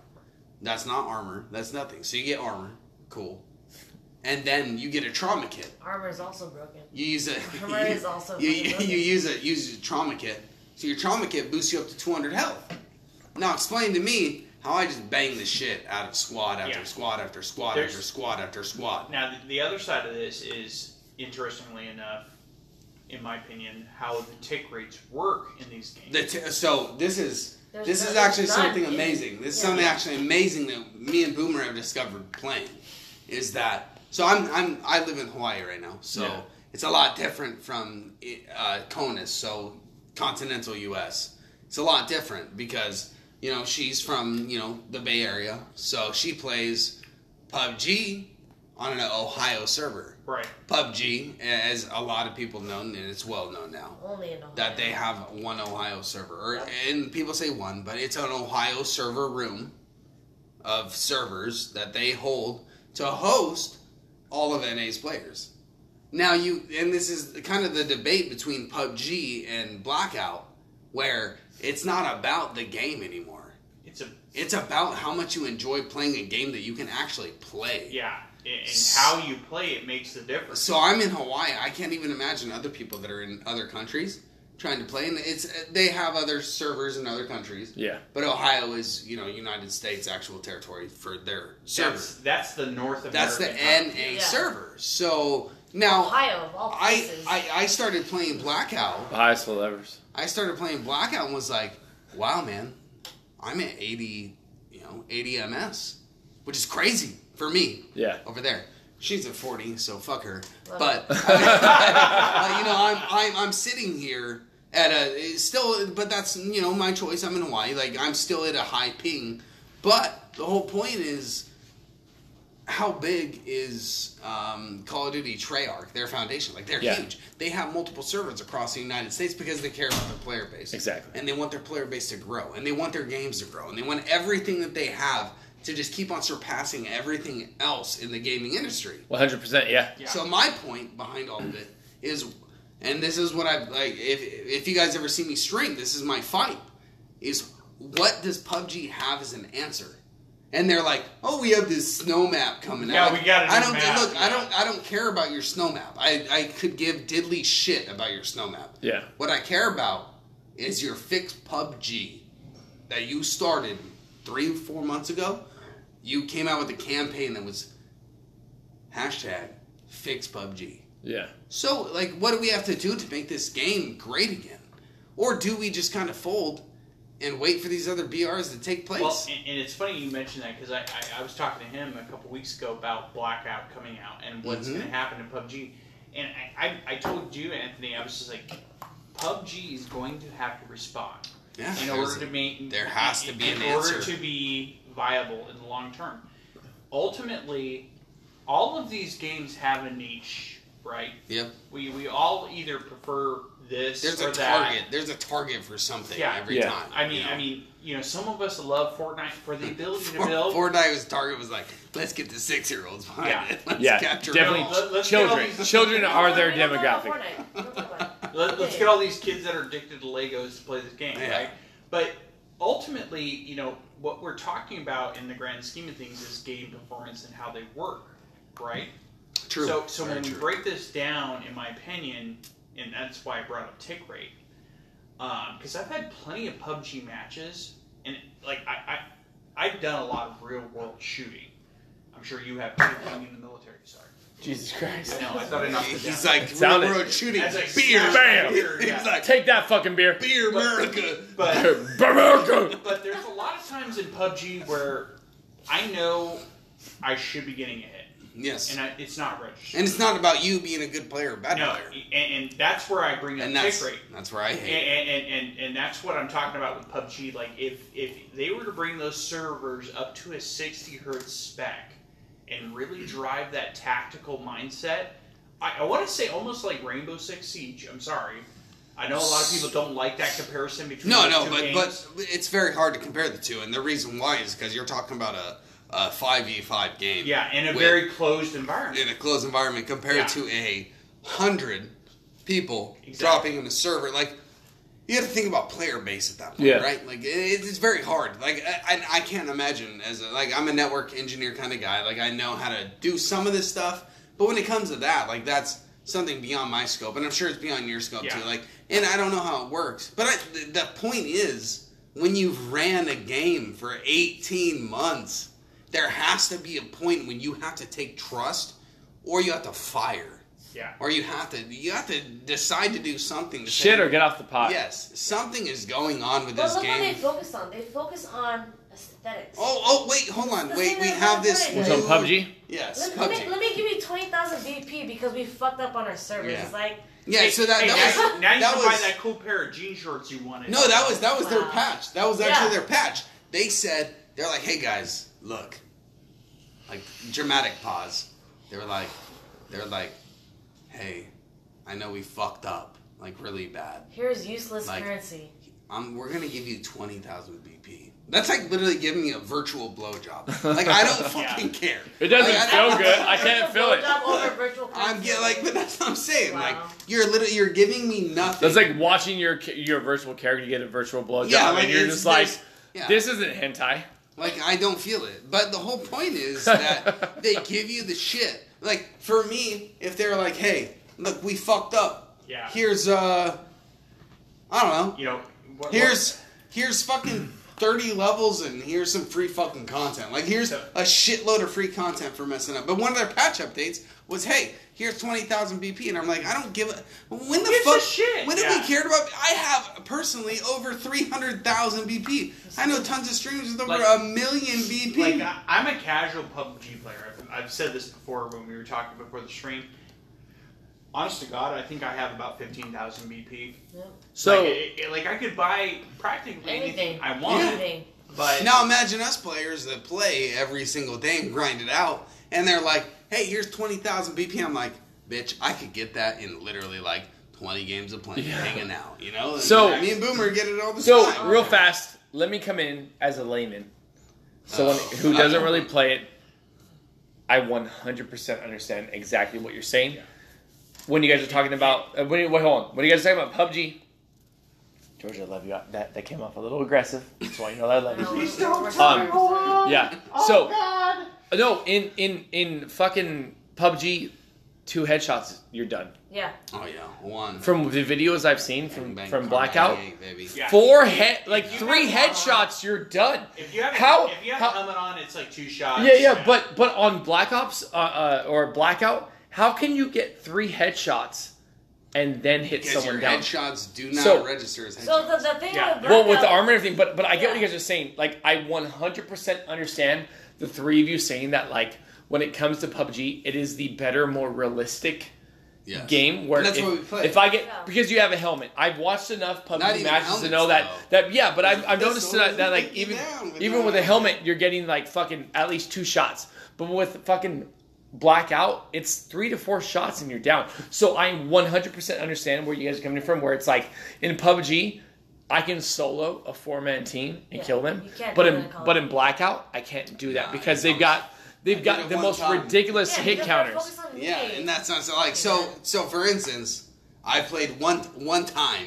S4: That's not armor. That's nothing. So you get armor. Cool. And then you get a trauma kit.
S3: Armor is also broken.
S4: You use a
S3: Armor is also
S4: you, you,
S3: fucking
S4: you use a use a trauma kit. So your trauma kit boosts you up to 200 health. Now explain to me how I just bang the shit out of squad after
S2: Yeah.
S4: squad after squad
S2: There's-
S4: after squad after squad.
S2: Now, the, the other side of this is, interestingly enough, in my opinion, how the tick rates work in these games.
S4: The t- so this is
S3: There's
S4: this
S3: no-
S4: is actually
S3: there's none
S4: something
S3: in-
S4: amazing. This is
S3: yeah.
S4: something actually amazing that me and Boomer have discovered playing. Is that so? I'm I'm I live in Hawaii right now, so
S2: Yeah.
S4: it's a lot different from uh, Conus, so continental U.S. It's a lot different because you know she's from you know the Bay Area, so she plays PUBG on an Ohio server.
S2: right.
S4: PUBG, as a lot of people know, and it's well known now
S3: Only in Ohio.
S4: that they have one Ohio server, or and people say one, but it's an Ohio server room of servers that they hold to host all of NA's players. Now you and this is kind of the debate between PUBG and Blackout, where it's not about the game anymore.
S2: It's a
S4: It's about how much you enjoy playing a game that you can actually play.
S2: yeah, and how you play it makes the difference.
S4: So I'm in Hawaii. I can't even imagine other people that are in other countries trying to play. And it's they have other servers in other countries.
S1: Yeah.
S4: But Ohio is you know United States actual territory for their server.
S2: That's that's the North American.
S4: That's the
S2: continent.
S4: NA
S3: Yeah.
S4: server. So now
S3: Ohio, of all
S4: I,
S3: places.
S4: I I started playing Blackout.
S1: Highest level ever.
S4: I started playing Blackout and was like, wow, man, I'm at 80, you know, 80 MS, which is crazy for me
S1: Yeah.
S4: over there. She's at 40, so fuck her.
S3: Love
S4: but uh, you know, I'm, I'm I'm sitting here at a it's still, but that's you know my choice. I'm in Hawaii, like I'm still at a high ping. But the whole point is, how big is um, Call of Duty Treyarch? Their foundation, like they're
S1: Yeah.
S4: huge. They have multiple servers across the United States because they care about their player base,
S1: Exactly.
S4: and they want their player base to grow, and they want their games to grow, and they want everything that they have to just keep on surpassing everything else in the gaming industry.
S1: 100%. Yeah.
S2: Yeah.
S4: So my point behind all of it is, and this is what I like. If if you guys ever see me stream, this is my fight. Is what does PUBG have as an answer? And they're like, oh, we have this snow map coming
S2: Yeah,
S4: out.
S2: we got a new
S4: I don't
S2: map,
S4: look. I
S2: yeah.
S4: don't. I don't care about your snow map. I I could give diddly shit about your snow map.
S1: Yeah.
S4: What I care about is your fixed PUBG that you started three, four months ago. You came out with a campaign that was hashtag fix PUBG.
S1: Yeah.
S4: So, like, what do we have to do to make this game great again? Or do we just kind of fold and wait for these other BRs to take place?
S2: Well, and, and it's funny you mentioned that because I, I, I was talking to him a couple weeks ago about Blackout coming out and what's
S4: Mhm.
S2: going to happen to PUBG. And I, I, I told you, Anthony, I was just like, PUBG is going to have to respond
S4: yeah,
S2: in
S4: there's
S2: order to
S4: a-
S2: make.
S4: there has to be
S2: in
S4: an
S2: order
S4: answer.
S2: to be viable in the long term. Ultimately, all of these games have a niche, right?
S4: Yep.
S2: We we all either prefer this
S4: There's
S2: or
S4: a
S2: that.
S4: target. There's a target for something
S2: Yeah.
S4: every
S1: Yeah.
S4: time.
S2: I mean,
S4: you know?
S2: I mean, you know, some of us love Fortnite for the ability to
S4: For-
S2: build.
S4: Fortnite's target was like, let's get the six year olds behind
S2: Yeah.
S4: it. Let's
S1: yeah.
S4: capture
S1: Definitely
S4: all.
S2: Let- let's get all
S1: children.
S2: these-
S1: Children are their
S3: We don't talk about
S1: demographic.
S3: Fortnite. We don't talk about it.
S2: Let, us get all these kids that are addicted to Legos to play this game,
S4: Yeah.
S2: right? But ultimately, you know, what we're talking about in the grand scheme of things is game performance and how they work, right?
S4: True.
S2: So, so
S4: Very
S2: when we
S4: true.
S2: break this down, in my opinion, and that's why I brought up tick rate, because I've had plenty of PUBG matches, and like I, I, I've done a lot of real world shooting. I'm sure you have too, being in the military. Sorry.
S1: Jesus Christ.
S2: No, I thought I knocked it down.
S4: He's like, real
S1: Sounded-
S4: world shooting.
S2: That's like
S4: beer.
S2: smash
S1: Bam.
S2: beer,
S4: He's
S2: yeah.
S4: like,
S1: Take that fucking beer.
S4: beer, America.
S2: but
S1: America.
S2: but there's a lot of times in PUBG where I know I should be getting a hit,
S4: Yes.
S2: and I, it's not registered.
S4: And it's not about you being a good player or bad
S2: no,
S4: player.
S2: and, and that's where I bring up
S4: And
S2: tick
S4: that's
S2: rate.
S4: that's where I
S2: And,
S4: hate.
S2: and, and, and, and that's what I'm talking about with PUBG. Like, if, if they were to bring those servers up to a 60 hertz spec and really drive that tactical mindset, I, I want to say almost like Rainbow Six Siege. I'm sorry. I know a lot of people don't like that comparison between
S4: No,
S2: those
S4: no,
S2: two
S4: but
S2: games.
S4: but it's very hard to compare the two, and the reason why is because you're talking about a a five v five game.
S2: yeah, in a
S4: with-
S2: very closed environment.
S4: in a closed environment compared
S2: Yeah.
S4: to a hundred people
S2: Exactly.
S4: dropping in a server. Like you have to think about player base at that point,
S1: Yeah.
S4: right? Like it, it's very hard. Like I, I- I can't imagine as a, like I'm a network engineer kind of guy. Like I know how to do some of this stuff, but when it comes to that, like that's something beyond my scope, and I'm sure it's beyond your scope
S2: Yeah.
S4: too. Like, and I don't know how it works, but I, the, the point is when you've ran a game for 18 months. There has to be a point when you have to take trust or you have to fire,
S2: Yeah.
S4: or you have to you have to decide to do something. To
S1: Shit
S4: say,
S1: or get off the pot.
S4: yes, something is going on with
S3: But
S4: this
S3: look what they
S4: game.
S3: focus on. They focus on aesthetics.
S4: Oh, oh, wait, hold on,
S3: The
S4: wait,
S3: thing
S4: we
S3: that's
S4: have
S3: not
S4: this.
S3: playing.
S1: Which
S3: So
S1: on
S4: new-
S1: PUBG?
S4: Yes,
S3: Let, let me, let
S4: PUBG.
S3: me give you 20,000 VP because we fucked up on our servers.
S4: Yeah.
S3: It's like,
S4: Yeah, so that
S2: hey,
S4: that
S2: now,
S4: was
S2: now you
S4: that
S2: can
S4: was
S2: buy that cool pair of jean shorts you wanted.
S4: No, that was that was their
S3: Wow.
S4: patch. That was actually
S3: Yeah.
S4: their patch. They said they're like, "Hey guys, look." Like dramatic pause. They were like they were like, "Hey, I know we fucked up like really bad.
S3: here's useless
S4: Like-
S3: currency.
S4: um, we're gonna give you twenty thousand BP. That's like literally giving me a virtual blowjob. Like I don't
S2: Yeah.
S4: fucking care.
S1: It doesn't
S4: Like, I
S1: feel
S4: don't-
S1: good. I can't feel it.
S3: Blowjob over virtual
S4: I'm
S3: consent.
S4: get like, but that's what I'm saying. Like
S3: Wow.
S4: you're literally you're giving me nothing.
S1: That's like watching your ca- your virtual character get a virtual blowjob,
S4: Yeah, like,
S1: and you're
S4: it's-
S1: just like,
S4: there's- yeah.
S1: "This isn't hentai."
S4: Like I don't feel it. But the whole point is that they give you the shit. Like for me, if they're like, "Hey, look, we fucked up.
S2: Yeah.
S4: Here's uh, I don't know.
S2: Um, You know, what,
S4: Here's here's fucking thirty levels, and here's some free fucking content. Like here's a shitload of free content for messing up. But one of their patch updates was, "Hey, here's twenty thousand BP," and I'm like, I don't give a when the
S2: gives a
S4: fuck
S2: shit?
S4: when
S2: Yeah.
S4: did we care about? I have personally over three hundred thousand BP. I know tons of streams with over
S2: Like-
S4: a million BP.
S2: like I, I'm a casual PUBG player. I've, I've said this before when we were talking before the stream. Honest to God, I think I have about fifteen thousand BP.
S3: Yep.
S1: So
S2: like, it- it- like I could buy practically anything,
S3: Anything.
S2: I wanted,
S3: Anything.
S2: but
S4: Now imagine us players that play every single day and grind it out, and they're like, "Hey, here's twenty thousand BP." I'm like, "Bitch, I could get that in literally like twenty games of playing, hanging out." You know? And
S1: So-
S4: me and Boomer get it all the
S1: So
S4: time.
S1: real fast, let me come in as a layman,
S4: Oh,
S1: someone who doesn't really play it. I 100% understand exactly what you're saying. When you guys are talking about, uh, wait, wait, hold on. When you guys are talking about PUBG, George, I love you. That that came off a little aggressive. That's why you know that I love you.
S2: Please don't
S1: Um,
S2: Oh,
S1: Yeah. So no, in in in fucking PUBG, two headshots, you're done.
S3: Yeah.
S4: oh yeah, one
S1: From the videos I've seen from
S4: Bang,
S1: from
S4: bang,
S1: Blackout,
S4: bang, baby.
S2: Yeah.
S1: four head like
S2: You
S1: three
S2: have-
S1: headshots, you're done.
S2: If you have
S1: How-
S2: if you have
S1: how-
S2: helmet on, it's like two shots.
S1: Yeah, yeah, but but on Black Ops uh, uh, or Blackout, how can you get three headshots and then hit
S4: Because
S1: someone
S4: your
S1: down?
S4: headshots do not
S1: So-
S4: register as headshots.
S3: So the, the thing
S2: Yeah.
S3: with
S1: Well, with the
S3: Blackout-
S1: armor and everything, but but I get what you
S3: Yeah.
S1: guys are saying. Like, I 100% understand the three of you saying that. Like, when it comes to PUBG, it is the better, more realistic
S4: Yes.
S1: game where
S4: And that's
S1: if,
S4: why we play.
S1: if I get
S3: Yeah.
S1: because you have a helmet. I've watched enough PUBG
S4: Not even
S1: matches to
S4: helmets,
S1: know that
S4: though.
S1: that yeah, but I've, I've
S4: There's
S1: noticed
S4: no
S1: that,
S4: reason
S1: that
S4: to
S1: like
S4: take you
S1: even
S4: down with
S1: even
S4: no
S1: with a
S4: helmet.
S1: helmet, you're getting like fucking at least two shots. But with fucking blackout, it's three to four shots and you're down. So I 100% understand where you guys are coming from. Where it's like in PUBG. I can solo a four man team and
S3: Yeah,
S1: kill them,
S3: you can't
S1: but
S3: do
S1: in
S3: that in Call of
S1: but in
S3: Duty.
S1: blackout, I can't do that
S4: Nah,
S1: because
S4: I
S1: they've
S4: know.
S1: got they've
S4: did
S1: got
S4: it
S1: the
S4: one
S1: most
S4: time.
S1: ridiculous
S3: Yeah,
S1: hit
S3: because they're
S1: counters.
S3: focused on
S4: Yeah,
S3: me.
S4: and that's not so like so so for instance, I played one one time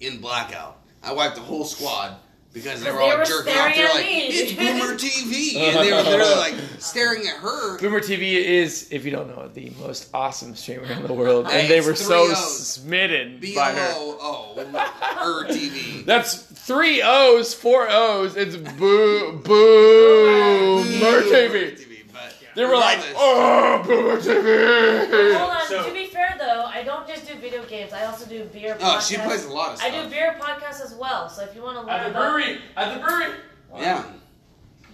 S4: in blackout. I wiped the whole squad because they were
S3: They
S4: all
S3: were
S4: jerking off. They're
S3: staring at
S4: like,
S3: me.
S4: it's Boomer TV and they were literally like staring at her.
S1: Boomer TV is, if you don't know, the most awesome streamer in the world,
S4: Hey,
S1: and they
S4: it's
S1: were
S4: three
S1: so
S4: O's.
S1: smitten
S4: B
S1: by her.
S4: O O her TV.
S1: That's three O's, four O's. It's boo, boo, Boomer
S4: Boomer
S1: TV.
S4: TV, but
S1: They were like,
S4: regardless,
S1: oh, Boomer
S3: Hold
S1: TV.
S3: on.
S2: So-
S3: to be fair, though, I don't just do video games. I also do beer.
S4: Oh, she
S3: podcasts.
S4: plays a lot of
S3: I
S4: stuff.
S3: do beer podcasts as well. So if you want to learn
S2: At the
S3: about,
S2: brewery, at the brewery.
S4: yeah,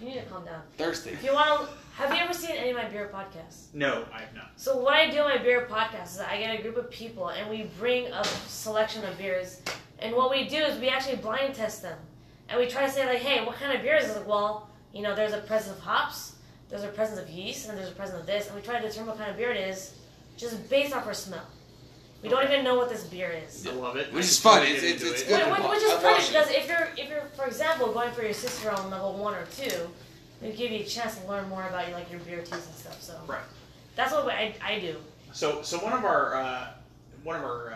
S3: you need to calm down.
S4: thirsty.
S3: If you want to, have you ever seen any of my beer podcasts?
S2: No, I've not.
S3: So what I do in my beer podcast is I get a group of people and we bring a selection of beers, and what we do is we actually blind test them, and we try to say like, hey, what kind of beer is this? Like, well, you know, there's a presence of hops, there's a presence of yeast, and there's a presence of this, and we try to determine what kind of beer it is, just based off our smell. We don't even know what this beer is.
S2: I love it.
S4: Which
S2: I
S4: is
S2: can
S4: fun.
S2: totally
S4: It's-
S2: get
S4: it's-
S2: into
S4: it's
S2: it.
S4: good.
S3: Wait, which, which is
S4: I've
S3: funny
S4: watched
S3: because if you're if you're for example going for your Cicerone level one or two, we give you a chance to learn more about your like your beer tastes and stuff. So
S2: Right.
S3: that's what I, I do.
S2: So, so one of our, uh, one of our,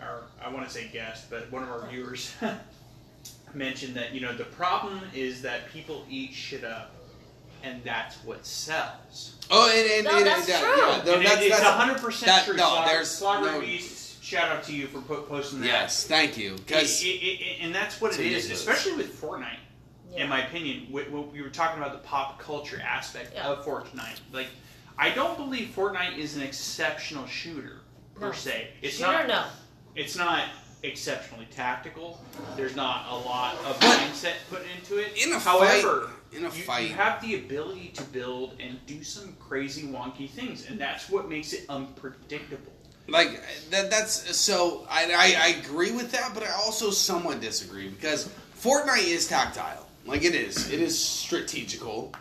S2: uh, our, I want to say guest, but one of our viewers mentioned that you know the problem is that people eat shit up, and that's what sells.
S4: Oh, and and,
S3: No,
S4: and,
S3: that's
S4: and,
S3: true.
S4: yeah,
S2: and
S4: that's,
S2: it is
S4: that's-
S2: hundred percent
S4: that-
S2: true.
S4: no,
S2: Slobber-
S4: there's
S2: Slobber
S4: no-
S2: Beast, Shout out to you for po- posting that.
S4: yes, thank you.
S2: It-
S4: Because
S2: it- it- and that's what
S4: It's
S2: it is,
S4: ridiculous.
S2: especially with Fortnite.
S3: Yeah.
S2: in my opinion, we, we were talking about the pop culture aspect
S3: Yeah.
S2: of Fortnite. Like, I don't believe Fortnite is an exceptional shooter per
S3: No.
S2: se. It's
S3: Shooter,
S2: not.
S3: no.
S2: It's not exceptionally tactical. There's not a lot of mindset put into it.
S4: In a
S2: However,
S4: fight- in a
S2: you,
S4: fight.
S2: you have the ability to build and do some crazy wonky things, and that's what makes it unpredictable.
S4: Like that, that's so. I, I I agree with that, but I also somewhat disagree because Fortnite is tactile. Like it is, it is strategical.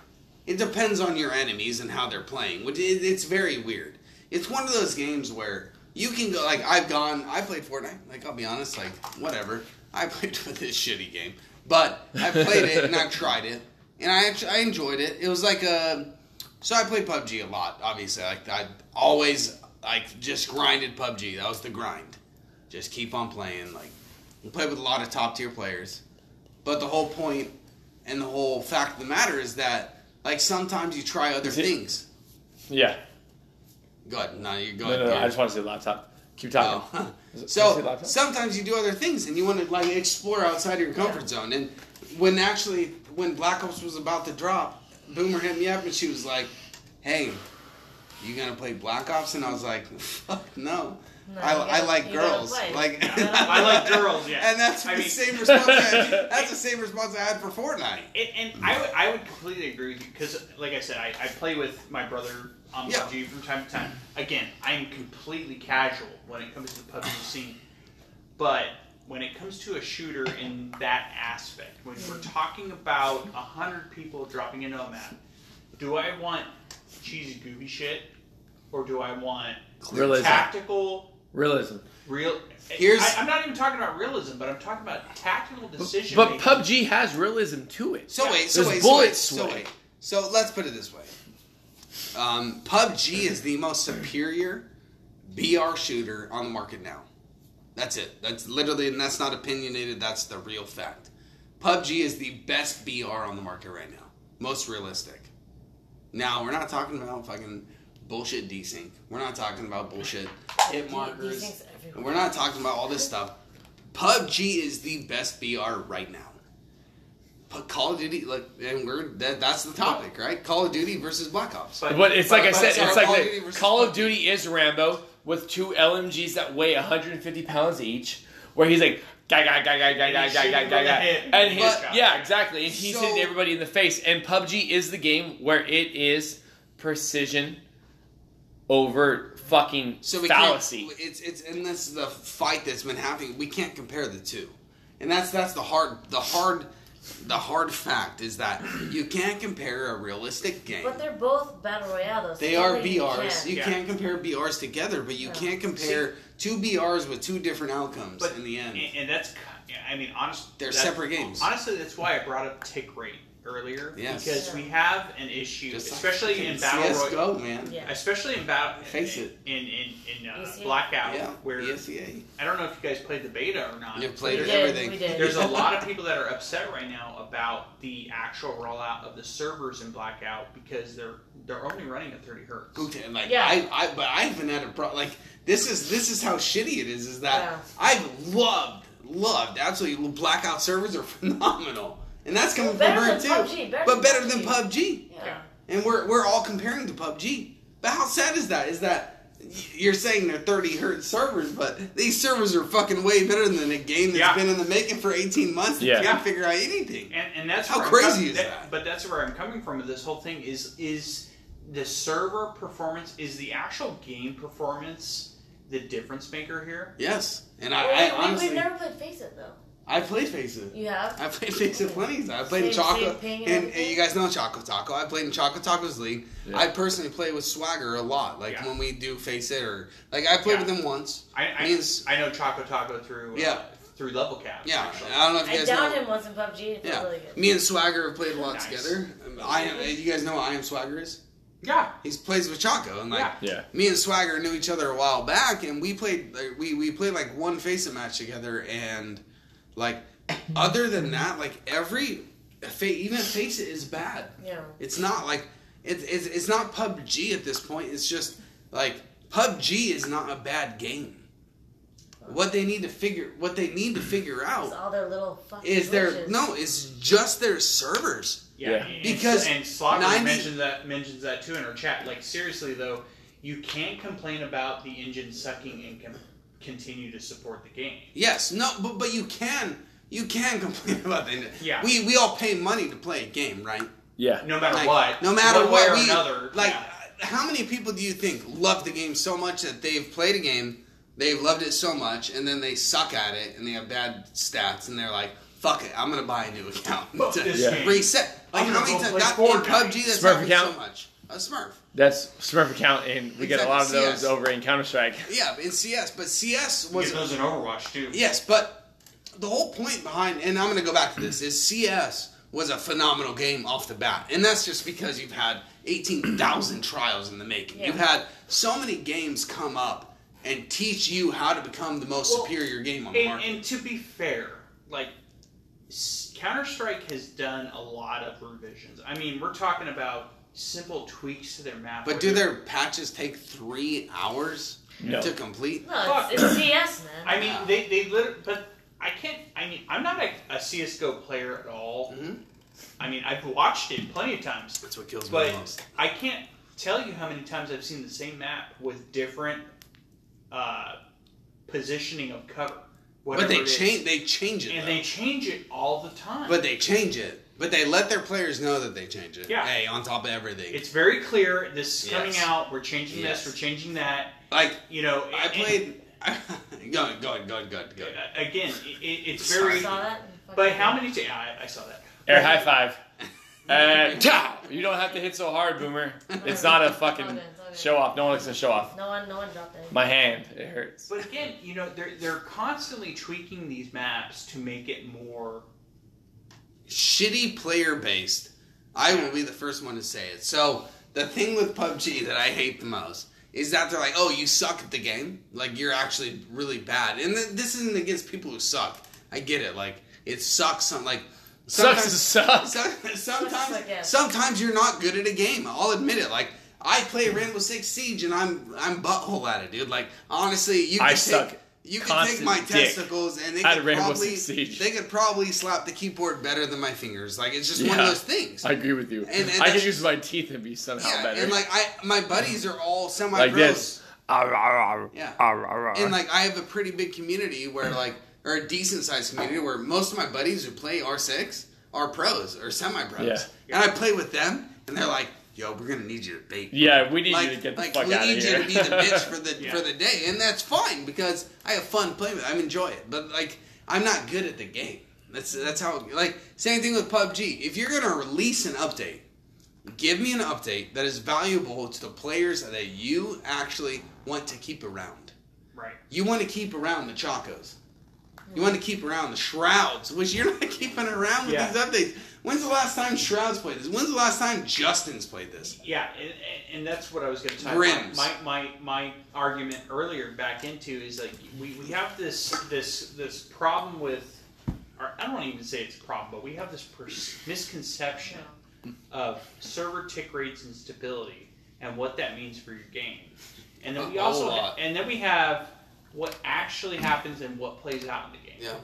S4: It depends on your enemies and how they're playing, which it, it's very weird. It's one of those games where You can go like I've gone. I played Fortnite. Like I'll be honest, like whatever. I played with this shitty game, but I played it and I've tried it, and I actually I enjoyed it. It was like um, a so I played PUBG a lot. Obviously, like I always like just grinded PUBG. That was the grind. Just keep on playing. Like you play with a lot of top tier players, but the whole point and the whole fact of the matter is that like sometimes you try other
S1: it-
S4: things.
S1: Yeah.
S4: Go ahead. No, you go
S1: No,
S4: ahead.
S1: no, no.
S4: Peter.
S1: I just want to see the laptop. Keep talking.
S4: Oh.
S1: Is it- is it
S4: so
S1: laptop?
S4: sometimes you do other things and you want to like explore outside of your comfort zone. And when actually when Black Ops was about to drop, Boomer hit me up and she was like, "Hey, you gonna play Black Ops?" And I was like, "Fuck no."
S3: No,
S4: I,
S3: you
S4: I
S3: gotta-
S4: like
S3: you gotta
S4: girls.
S3: play.
S4: Like
S2: I like girls, yeah.
S4: And that's
S2: I
S4: the
S2: mean-
S4: same response. I, that's the same response I had for Fortnite.
S2: It, and I would- I would completely agree with you because, like I said, I, I play with my brother on
S4: Yeah.
S2: PUBG from time to time. Again, I'm completely casual when it comes to the PUBG scene, but when it comes to a shooter in that aspect, when we're talking about a hundred people dropping into a map, do I want cheesy goofy shit or do I want
S1: Realism.
S2: tactical?
S1: Realism.
S2: Real.
S4: Here's-
S2: I, I'm not even talking about realism, but I'm talking about tactical decision.
S1: But PUBG has realism to it.
S4: So wait, so
S1: There's
S4: wait, so wait,
S1: bullets
S4: so
S1: swing.
S4: wait. So let's put it this way. Um, PUBG is the most superior BR shooter on the market now. That's it. That's literally, and that's not opinionated. That's the real fact. PUBG is the best BR on the market right now. Most realistic. Now we're not talking about fucking bullshit desync. We're not talking about bullshit hit markers.
S3: Desync's everywhere.
S4: We're not talking about all this stuff. PUBG is the best BR right now. But Call of Duty, like, and we're that, that's the topic, right? Call of Duty versus Black Ops.
S1: But it's like I
S4: But-
S1: said,
S4: but
S1: it's
S4: sorry,
S1: like
S4: Call
S1: the- Call of
S4: of Duty versus PUBG.
S1: Duty is Rambo with two LMGs that weigh 150 pounds each, where he's like, guy, guy, guy, guy, guy, guy,
S2: he's
S1: guy, guy,
S2: shooting from
S1: guy,
S2: the
S1: guy.
S2: hip.
S1: And he's,
S4: But-
S1: yeah, exactly. And he's
S4: So-
S1: hitting everybody in the face. And PUBG is the game where it is precision over fucking
S4: So we
S1: fallacy.
S4: Can't, it's it's and this is the fight that's been happening. We can't compare the two, and that's that's the hard the hard the hard fact is that you can't compare a realistic game.
S3: But they're both battle royale, though. so
S4: They are
S3: technically you
S4: BRs.
S3: can.
S4: You
S2: Yeah.
S4: can't compare BRs together, but you
S3: No.
S4: can't compare two BRs with two different outcomes in the end.
S2: And, and that's, ki- I mean, honestly,
S4: They're separate games.
S2: Honestly, that's why I brought up tick rate earlier.
S4: Yes.
S2: Because we have an issue,
S4: Just like
S2: especially
S4: fucking
S2: in battle royale.
S4: CS:GO, man.
S3: Yeah.
S2: Especially in battle,
S4: Face
S2: in,
S4: it.
S2: in in, in uh,
S3: ECA.
S2: blackout,
S4: Yeah, E
S2: where
S4: ESEA.
S2: I don't know if you guys played the beta or not.
S4: You
S2: but
S4: played
S3: We
S4: it,
S2: there's-
S3: did,
S4: everything.
S3: we did.
S2: There's a lot of people that are upset right now about the actual rollout of the servers in blackout because they're they're only running at 30 hertz.
S4: go to- like
S3: Yeah.
S4: I, I but I haven't had a pro like this is this is how shitty it is is that
S3: Yeah.
S4: I've loved loved absolutely blackout servers are phenomenal and that's coming
S3: Better
S4: from her
S3: than
S4: too
S3: PUBG, better
S4: but
S3: than
S4: better than
S3: PUBG.
S4: PUBG
S3: Yeah.
S4: and we're we're all comparing to PUBG but how sad is that is that y- you're saying they're 30 hertz servers but these servers are fucking way better than a game that's
S2: Yeah.
S4: been in the making for 18 months that
S1: Yeah.
S4: can't figure out anything
S2: And, and that's
S4: How
S2: where I'm
S4: crazy
S2: coming-
S4: is that?
S2: But that's where I'm coming from with this whole thing is is the server performance is the actual game performance the difference maker here?
S4: yes and
S3: Well,
S4: I, I
S3: we- we-
S4: honestly
S3: we've never played Face It though.
S4: I play Face It
S3: You have?
S4: I played Face and Plenty's. I played
S3: Same-
S4: Choco,
S3: same thing and
S4: and, and
S3: everything?
S4: you guys know Choco Taco. I played in Choco Taco's league.
S1: Yeah.
S4: I personally play with Swagger a lot. Like
S2: Yeah.
S4: when we do Face It, or like I played
S2: Yeah.
S4: with him once.
S2: I I,
S4: Means-
S2: I know Choco Taco through uh,
S4: Yeah.
S2: through level cap.
S4: Yeah,
S2: actually.
S4: I don't know if you
S3: I
S4: guys
S3: downed
S4: know.
S3: him once in PUBG. It felt
S4: Yeah,
S3: really good.
S4: me and Swagger have played a lot
S2: Nice.
S4: together. Um, I am. You guys know what I am Swagger is.
S2: yeah.
S4: He plays with Choco, and like
S2: Yeah.
S1: Yeah.
S4: me and Swagger knew each other a while back, and we played like, we we played like one face it match together, and like other than that, like every fa- even face it is bad.
S3: Yeah.
S4: It's not like it's it's it's not PUBG at this point. It's just like PUBG is not a bad game. What they need to figure what they need to figure
S3: It's
S4: out
S3: all their little fucking
S4: is their
S3: glitches.
S4: no, it's just their servers.
S2: Yeah,
S1: Yeah.
S2: and-
S4: Because
S2: and Slobber
S4: 90
S2: mentions that mentions that too in her chat. Like seriously though, you can't complain about the engine sucking and com- continue to support the game.
S4: Yes, no, but but you can you can complain about the
S2: Yeah.
S4: We we all pay money to play a game, right?
S1: Yeah.
S2: No matter
S4: Like,
S2: what,
S4: no matter
S2: one
S4: what,
S2: way or
S4: we,
S2: another,
S4: Like,
S2: yeah.
S4: how many people do you think love the game so much that they've played a game, they've loved it so much, and then they suck at it and they have bad stats and they're like, "Fuck it, I'm gonna buy a new account
S2: Fuck
S4: to
S2: this
S1: Yeah.
S2: game.
S4: reset." Like
S2: I'm
S4: how
S2: gonna
S4: many
S2: go
S4: times
S2: play
S4: that in
S2: Fortnite.
S4: PUBG that's
S1: Smurf
S4: happened
S1: account.
S4: so much? a Smurf.
S1: That's Smurf account, and we get a lot of
S4: Exactly,
S1: those
S4: CS.
S1: over in Counter Strike.
S4: Yeah, in CS, but CS
S2: You
S4: was
S2: get those in Overwatch too.
S4: Yes, but the whole point behind, and I'm going to go back to this, is CS was a phenomenal game off the bat. And that's just because you've had 18,000 trials in the making. You've
S3: Yeah.
S4: had so many games come up and teach you how to become the most
S2: Well,
S4: superior game on the
S2: And,
S4: market.
S2: and to be fair, like Counter Strike has done a lot of revisions. I mean, we're talking about simple tweaks to their map.
S4: but
S2: where
S4: do
S2: they-
S4: their patches take three hours
S1: No.
S4: to complete?
S3: No, it's, it's CS, man.
S2: I mean, they they lit, but I can't. I mean, I'm not a, a CS:GO player at all.
S4: Mhm.
S2: I mean, I've watched it plenty of times,
S4: That's what kills me
S2: but
S4: the most.
S2: I can't tell you how many times I've seen the same map with different uh, positioning of cover.
S4: But
S2: whatever
S4: they
S2: it is.
S4: change, they change it.
S2: and
S4: though.
S2: they change it all the time.
S4: but they change it. But they let their players know that they change it.
S2: Yeah.
S4: Hey, on top of everything.
S2: It's very clear. This is coming
S4: Yes.
S2: out. We're changing
S4: Yes.
S2: this. We're changing that.
S4: like,
S2: You know,
S4: I
S2: and-
S4: played. go ahead, go ahead, go ahead, go ahead, go
S2: and,
S4: ahead.
S2: uh, again. It, it- it's
S4: Sorry.
S2: very.
S3: saw that.
S2: But how many? T- I, I saw that.
S1: Air high five. Uh, ta! you don't have to hit so hard, Boomer. It's not a fucking show off. No one likes a show off.
S3: No one, no one dropped anything.
S1: My hand, it hurts.
S2: But again, you know, they're they're constantly tweaking these maps to make it more.
S4: Shitty player based. I will be the first one to say it. So the thing with PUBG that I hate the most is that they're like, "Oh, you suck at the game. Like you're actually really bad." And th- this isn't against people who suck. I get it. Like it sucks. Some like
S1: Sucks
S4: sometimes-
S1: is sucks.
S4: Some-
S3: Sucks
S4: sometimes,
S3: is like, yeah.
S4: sometimes you're not good at a game. I'll admit it. Like I play Rainbow Six Siege and I'm I'm butthole at it, dude. Like honestly, you
S1: I
S4: could
S1: suck
S4: take you could take
S1: constant
S4: my
S1: dick
S4: testicles and they
S1: at
S4: could
S1: Rainbow
S4: probably
S1: Six Siege.
S4: they could probably slap the keyboard better than my fingers. Like it's just one of
S1: Yeah.
S4: those things.
S1: I agree with you.
S4: and
S1: I
S4: that's-
S1: could use my teeth and be somehow
S4: yeah,
S1: better.
S4: and like I my buddies are all semi
S1: Like this.
S4: Yeah.
S1: And
S4: And like I have a pretty big community where like or a decent sized community where most of my buddies who play R6 are pros or semi pros.
S1: Yeah.
S4: And I play with them and they're like, yo, we're gonna need you to bait. bro."
S1: Yeah, we need
S4: like,
S1: you to get the
S4: like,
S1: fuck
S4: we
S1: out of
S4: need
S1: here.
S4: you to be the bitch for the
S2: Yeah.
S4: for the day. And that's fine because I have fun playing with it. I enjoy it. But like I'm not good at the game. That's that's how like same thing with PUBG. If you're gonna release an update, give me an update that is valuable to the players that you actually want to keep around.
S2: Right.
S4: You want to keep around the Chacos. You want to keep around the Shrouds, which you're not keeping around with
S2: Yeah.
S4: these updates. When's the last time Shrouds played this? When's the last time Justin's played this?
S2: Yeah, and, and- and that's what I was going to talk
S4: Grims.
S2: about. My, my my argument earlier back into is like we, we have this this this problem with, or I don't even say it's a problem, but we have this pers- misconception of server tick rates and stability and what that means for your game, and then we
S4: A whole
S2: also
S4: lot.
S2: and then we have what actually happens and what plays out in the game.
S4: Yeah.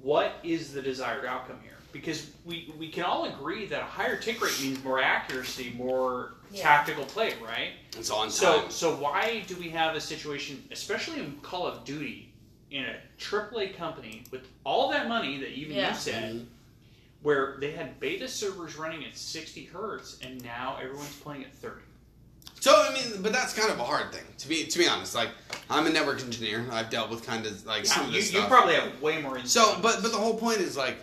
S2: What is the desired outcome here? Because we, we can all agree that a higher tick rate means more accuracy, more
S3: Yeah.
S2: tactical play, right?
S4: It's on
S2: So
S4: time.
S2: so why do we have a situation, especially in Call of Duty, in a AAA company with all that money that even
S3: Yeah.
S2: you said,
S4: Mm-hmm.
S2: where they had beta servers running at sixty hertz, and now everyone's playing at thirty.
S4: So I mean, but that's kind of a hard thing to be to be honest. Like I'm a network engineer. I've dealt with kind of like some of
S2: you,
S4: this
S2: you
S4: stuff.
S2: probably have way more. insight
S4: so,
S2: on
S4: but but
S2: this.
S4: the whole point is like,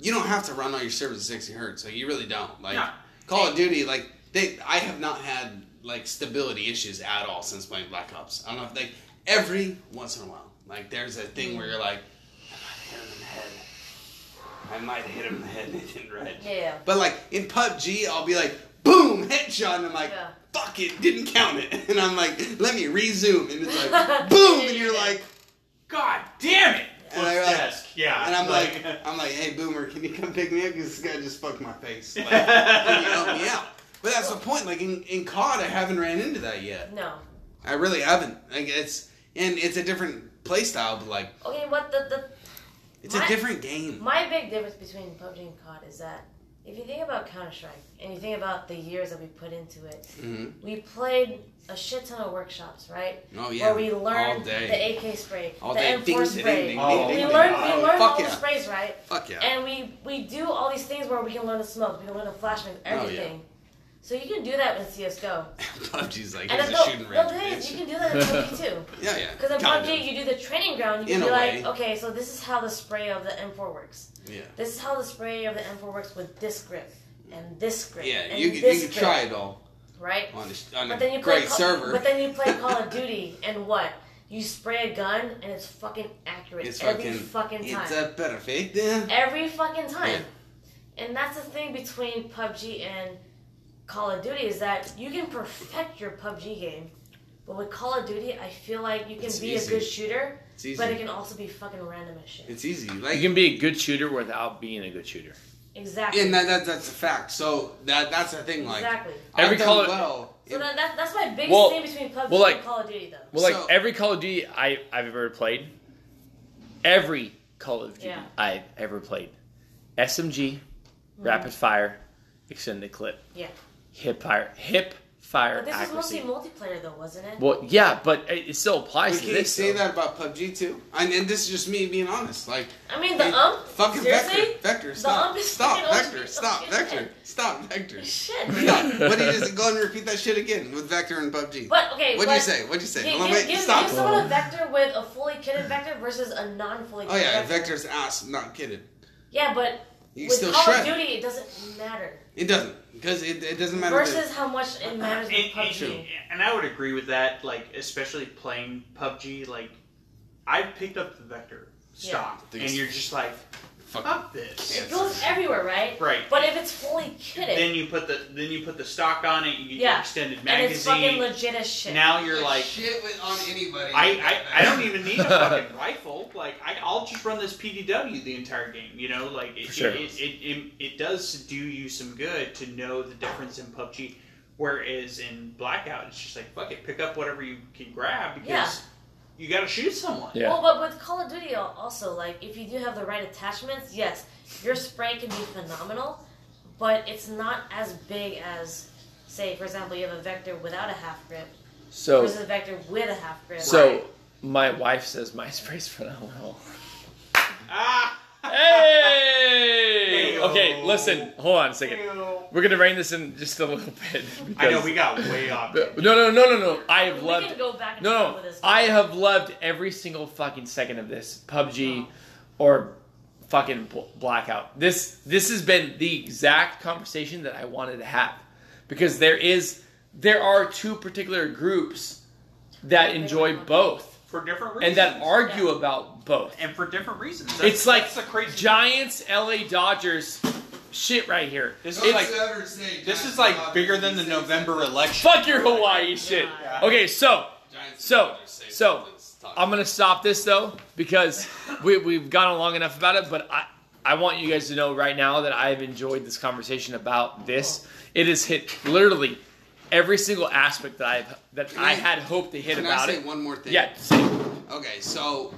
S4: you don't have to run all your servers at 60 hertz. Like you really don't. Like
S2: No.
S4: Call of Duty, like they, I have not had like stability issues at all since playing Black Ops. I don't know if like every once in a while, like there's a thing where you're like, I might hit him in the head. I might hit him in the head. and It didn't red.
S3: Yeah.
S4: But like in PUBG, I'll be like, boom, headshot, and I'm like,
S3: Yeah.
S4: fuck it, didn't count it, and I'm like, let me rezoom, and it's like, boom, and you're like,
S2: God damn it!
S4: And
S2: Flip
S4: I like-
S2: desk, yeah.
S4: and I'm like, I'm like, hey Boomer, can you come pick me up? Because this guy just fucked my face. Like, can you help me out? But that's the point. Like in, in COD, I haven't ran into that yet.
S3: No.
S4: I really haven't. Like it's and it's a different play style, but like
S3: Okay, what the, the
S4: it's a
S3: My-
S4: different game.
S3: My big difference between PUBG and COD is that if you think about Counter Strike and you think about the years that we put into it,
S4: Mhm.
S3: we played a shit ton of workshops, right?
S4: Oh yeah,
S3: Where we
S4: all
S3: learned
S4: day,
S3: the AK spray,
S4: all
S3: the
S4: day.
S3: M4
S4: Ding, ding,
S3: spray.
S4: ding, ding, ding,
S2: Oh.
S4: ding,
S3: we
S4: ding.
S3: learned we learned
S4: Fuck
S3: all the
S4: yeah,
S3: sprays, right?
S4: fuck yeah.
S3: And we we do all these things where we can learn the smokes, we can learn the flashbangs,
S4: Oh,
S3: everything. So you can do that with CS:GO,
S4: PUBG's like
S3: and then
S4: it's a
S3: no,
S4: shooting
S3: no,
S4: range.
S3: the thing is,
S4: bitch.
S3: you can do that in PUBG too.
S4: Yeah, yeah.
S3: Because in
S4: Kind
S3: PUBG, you do the training ground. You
S4: In
S3: can
S4: a
S3: be like,
S4: way.
S3: okay, so this is how the spray of the M4 works.
S4: of. Yeah.
S3: This is how the spray of the M4 works with this grip. and this script.
S4: Yeah,
S3: and
S4: you can,
S3: this
S4: you can
S3: script,
S4: try it all
S3: right?
S4: on the on
S3: But
S4: a
S3: then you play
S4: great
S3: Call-
S4: server.
S3: But then you play Call of Duty, and what? You spray a gun, and it's fucking accurate
S4: it's
S3: every
S4: fucking,
S3: time.
S4: It's a perfect. eh?
S3: every fucking time. And that's the thing between PUBG and Call of Duty is that you can perfect your PUBG game, but with Call of Duty, I feel like you can
S4: It's
S3: be
S4: easy.
S3: a good shooter,
S4: It's easy.
S3: but it can also be fucking random as shit.
S4: It's easy.
S1: You
S4: Like
S1: can be a good shooter without being a good shooter.
S3: Exactly.
S4: and that, that that's a fact. So that that's the thing. Like
S3: exactly.
S4: I've
S1: Every
S4: done
S1: Call of-
S4: well.
S3: So that, that, that's my biggest
S1: Well-
S3: thing between PUBG
S1: well, like-
S3: and Call of Duty, though.
S1: Well, like
S4: So-
S1: every Call of Duty I, I've ever played, every Call of Duty
S3: Yeah.
S1: I've ever played, SMG,
S3: Mm-hmm.
S1: rapid fire, extended clip,
S3: yeah.
S1: hip fire, hip fire
S3: But this
S1: accuracy.
S3: is mostly multiplayer, though, wasn't it?
S1: well, yeah, but it, it still applies
S4: We
S1: to
S4: can
S1: this.
S4: say
S1: though.
S4: that about PUBG too. And, and this is just me being honest. Like
S3: I mean, the
S4: it-
S3: ump.
S4: Fucking
S3: seriously?
S4: Vector. Vector, stop.
S3: ump is
S4: Stop,
S3: fucking
S4: Vector,
S3: OG.
S4: stop,
S3: Fucking
S4: Vector,
S3: Vector.
S4: stop, Vector.
S3: Shit.
S4: No, what did you just go and repeat that shit again with Vector and PUBG?
S3: But okay,
S4: What'd
S3: but,
S4: you say? What'd you say?
S3: Give,
S4: Hold on,
S3: give,
S4: wait,
S3: give,
S4: stop.
S3: give someone a vector with a fully kitted vector versus a non-fully
S4: Oh
S3: kitted
S4: yeah,
S3: vector.
S4: Vector's ass. Not kidding.
S3: Yeah, but
S4: You
S3: with
S4: still
S3: Call
S4: shred.
S3: of Duty, it doesn't matter.
S4: It doesn't because it, it doesn't matter.
S3: Versus
S4: that-
S3: how much uh, it matters with
S2: And- and-
S3: PUBG.
S2: And I would agree with that, like especially playing PUBG. Like I've picked up the vector
S3: Yeah.
S2: stock, and
S4: These-
S2: you're just like,
S4: Fuck.
S2: fuck this.
S3: It goes everywhere, right?
S2: Right.
S3: But if it's fully kitted,
S2: Then you put the then you put the stock on it. You get
S3: Yeah.
S2: your extended
S3: and it's fucking
S2: magazine.
S3: legit as shit.
S2: now you're like,
S4: shit with, on anybody.
S2: I, I I don't even need a fucking rifle. Like I, I'll just run this PDW the entire game. You know, like it
S1: For sure.
S2: it, it, it, it does do you some good to know the difference in PUBG. Whereas in Blackout, it's just like fuck it, pick up whatever you can grab because
S3: Yeah.
S2: you got to shoot someone.
S1: Yeah.
S3: Well, but with Call of Duty al- also, like if you do have the right attachments, yes, your spray can be phenomenal, but it's not as big as, say, for example, you have a vector without a half grip
S1: So,
S3: versus a vector with a half grip.
S1: so my wife says my spray's phenomenal.
S2: Ah.
S1: Hey!
S2: Ew.
S1: Okay, listen. Hold on a second.
S2: I
S1: We're gonna rein this in just a little bit.
S2: know
S1: because-
S2: we got way off.
S1: No, no, no, no, no. I
S3: We
S1: have
S3: can
S1: loved.
S3: go back and
S1: No,
S3: forth
S1: no.
S3: with this.
S1: I have loved every single fucking second of this PUBG or fucking bl- blackout. This this has been the exact conversation that I wanted to have because there is there are two particular groups that enjoy both
S2: for different
S1: and
S2: reasons
S1: that argue about both.
S2: and for different reasons. That's,
S1: It's like
S2: that's the crazy.
S1: Giants, LA Dodgers, shit right here.
S2: This
S1: It's-
S2: is like this is like bigger than the November election.
S1: fuck your Hawaii shit.
S2: Yeah.
S1: Okay, so So- so, I'm gonna stop this though because we, we've gone long enough about it. But I I want you guys to know right now that I've enjoyed this conversation about this. It has hit literally every single aspect that I've that
S4: Can I-
S1: I had hoped to hit
S4: Can
S1: about
S4: I say
S1: it.
S4: one more thing?
S1: Yeah. say-
S4: Okay, so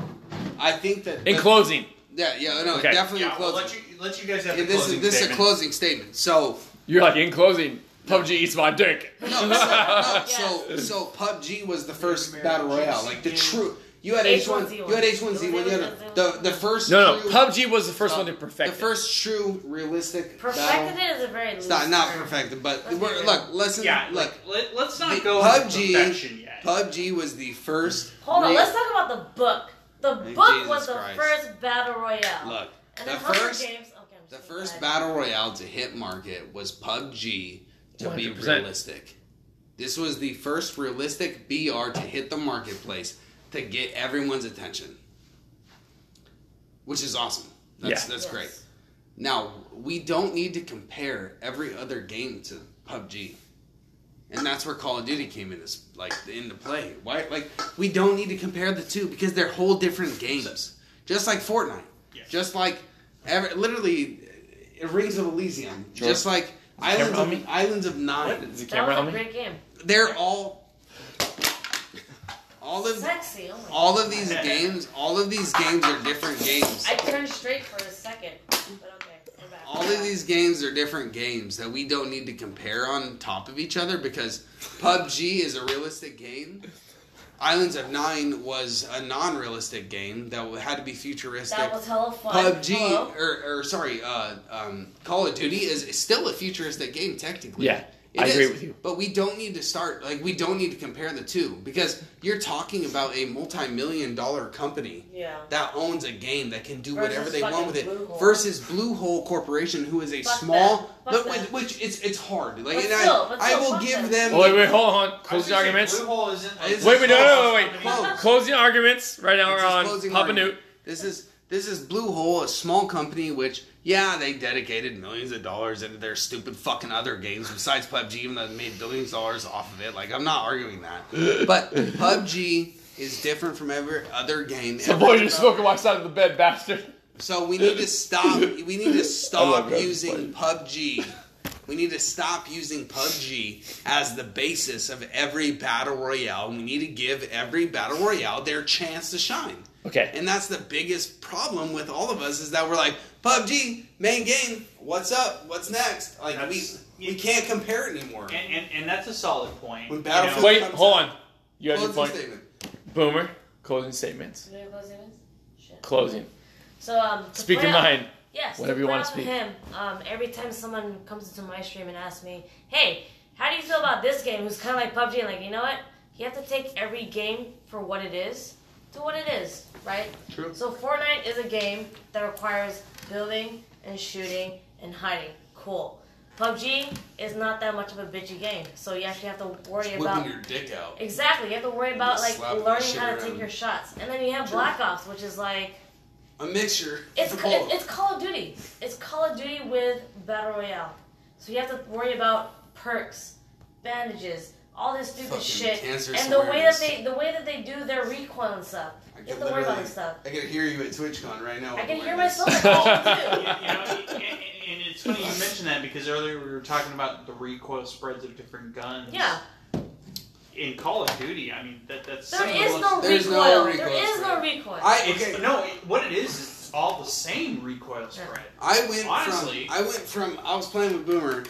S4: I think that.
S1: In closing,
S4: Yeah, yeah, no,
S1: Okay.
S4: definitely
S2: Yeah, we'll
S4: closing.
S2: let you let you guys have
S4: Yeah,
S2: the
S4: this
S2: closing
S4: is this is a
S2: statement.
S4: closing statement. So
S1: you're like in closing. PUBG eats my dick.
S4: no, so, no,
S3: Yes.
S4: so so PUBG was the first battle royale, like the true. You had H one,
S3: H1Z1.
S4: you had H one Z one, you had a- the the first.
S1: No, no.
S4: true- uh,
S1: PUBG was the first one to perfect.
S4: The
S1: it.
S4: first true realistic
S3: perfected
S4: battle.
S3: it is a very loose
S4: It's not not
S3: term.
S4: perfected, but
S3: Let's
S4: we're,
S3: be
S4: look, listen,
S2: Yeah,
S4: look.
S2: look, let, let's not
S4: the
S2: go
S4: PUBG
S2: into perfection yet.
S4: PUBG was the first.
S3: Hold on,
S4: real-
S3: let's talk about the book. The
S4: Hey,
S3: book
S4: Jesus
S3: was the
S4: Christ.
S3: first battle royale.
S4: Look,
S3: and
S4: the
S3: then Hunger
S4: first
S3: Games. Okay, I'm just
S4: the
S3: gonna
S4: first
S3: go ahead.
S4: battle royale to hit market was PUBG to be
S1: 100%.
S4: realistic. This was the first realistic BR to hit the marketplace to get everyone's attention, which is awesome. That's
S1: Yeah.
S4: that's
S3: Yes.
S4: great. Now we don't need to compare every other game to PUBG, and that's where Call of Duty came into s- like into play. Why? Like we don't need to compare the two because they're whole different games. Just like Fortnite,
S2: Yes.
S4: just like every, literally uh, Rings of Elysium,
S1: Sure.
S4: just like Islands
S1: camera on
S4: of, Islands of Nine.
S1: What? Is the
S3: That
S1: camera
S3: was
S1: on
S3: a
S1: me?
S3: great game.
S4: They're all all of
S3: Sexy. Oh my
S4: all of these games. All of these games are different games.
S3: I turned straight for a second, but okay, we're back.
S4: all of these games are different games that we don't need to compare on top of each other because PUBG is a realistic game. Islands of Nine was a non-realistic game that had to be futuristic.
S3: That was hella fun. Hello?
S4: PUBG or, or sorry, uh, um, Call of Duty is still a futuristic game technically.
S1: Yeah.
S4: It
S1: I agree
S4: is,
S1: with you.
S4: But we don't need to start like we don't need to compare the two because you're talking about a multi-million dollar company
S3: Yeah.
S4: that owns a game that can do whatever
S3: Versus
S4: they want
S3: fucking
S4: with it
S3: Blue Hole.
S4: versus Blue Hole Corporation, who is a
S3: Fuck them.
S4: small,
S3: Fuck
S4: but
S3: them.
S4: with, which it's it's hard. Like,
S3: But
S4: and
S3: still,
S4: I,
S3: but
S4: I
S3: still,
S4: will
S3: fuck
S4: give
S3: them.
S4: them.
S1: Oh, wait, wait, hold on.
S2: I was
S1: Close the
S2: gonna say,
S1: arguments.
S2: Blue Hole isn't. Like,
S4: It's
S1: Wait, wait, no, no, wait, wait.
S4: Close.
S1: Closing arguments right now
S4: This
S1: are
S4: is
S1: on
S4: closing
S1: Papa
S4: argument.
S1: Newt.
S4: This is this is Blue Hole, a small company which yeah they dedicated millions of dollars into their stupid fucking other games besides PUBG, even though they made billions of dollars off of it. Like I'm not arguing that, but PUBG is different from every other game. Every-
S1: outside of the bed, bastard.
S4: So we need to stop. We need to
S1: love
S4: stop
S1: that.
S4: using PUBG. We need to stop using PUBG as the basis of every battle royale. We need to give every battle royale their chance to shine.
S1: Okay.
S4: And that's the biggest problem with all of us is that we're like PUBG main game. What's up? What's next? Like
S2: That's-
S4: we we can't compare it anymore.
S2: And, and, and that's a solid point.
S4: When
S2: you
S4: Battlefield-
S2: know.
S1: Wait,
S4: comes
S1: hold
S4: up.
S1: on. You have your
S4: Closing
S1: point.
S4: statement.
S1: Boomer, closing statements.
S3: Do you have closing statements? Shit.
S1: Closing.
S3: So um, to
S1: Speak your
S3: point out-
S1: mind.
S3: Yes.
S1: Whatever you
S3: to
S1: wanna
S3: point out
S1: speak.
S3: Him. Um, every time someone comes into my stream and asks me, "Hey, how do you feel about this game?" Who's kind of like PUBG, and like you know what? You have to take every game for what it is, to what it is, right?
S4: True.
S3: So Fortnite is a game that requires building and shooting and hiding. Cool. PUBG is not that much of a bitchy game, so you actually have to worry about
S4: Whipping your dick out.
S3: exactly. You have to worry about like
S4: slapping the
S3: learning
S4: shit
S3: how to
S4: around.
S3: take your shots, and then you have
S4: True.
S3: Black Ops, which is like
S4: A mixture.
S3: it's,
S4: of
S3: ca-
S4: both.
S3: it's it's Call of Duty. It's Call of Duty with battle royale. So you have to worry about perks, bandages, all this stupid
S4: Fucking
S3: shit,
S4: cancer
S3: and the way that
S4: squares.
S3: they the way that they do their recoil and stuff.
S4: I
S3: You
S4: can
S3: have to worry about
S4: literally-
S3: this stuff.
S4: I can hear you at TwitchCon right now.
S3: I can
S4: I'm
S3: hear
S4: wearing this.
S3: myself at home
S2: You
S3: too.
S2: know, and, and it's funny you mentioned that because earlier we were talking about the recoil spreads of different guns.
S3: Yeah,
S2: In Call of Duty, I mean that that's
S3: there
S2: some of the
S3: is
S2: most-
S3: no
S4: There's
S3: recoil.
S4: no recoil
S3: There is no
S4: spread.
S3: recoil.
S4: I
S2: It's,
S4: okay.
S2: No, it, what it is is it's all the same recoil spread.
S4: I went
S2: Honestly.
S4: from I went from I was playing with Boomer,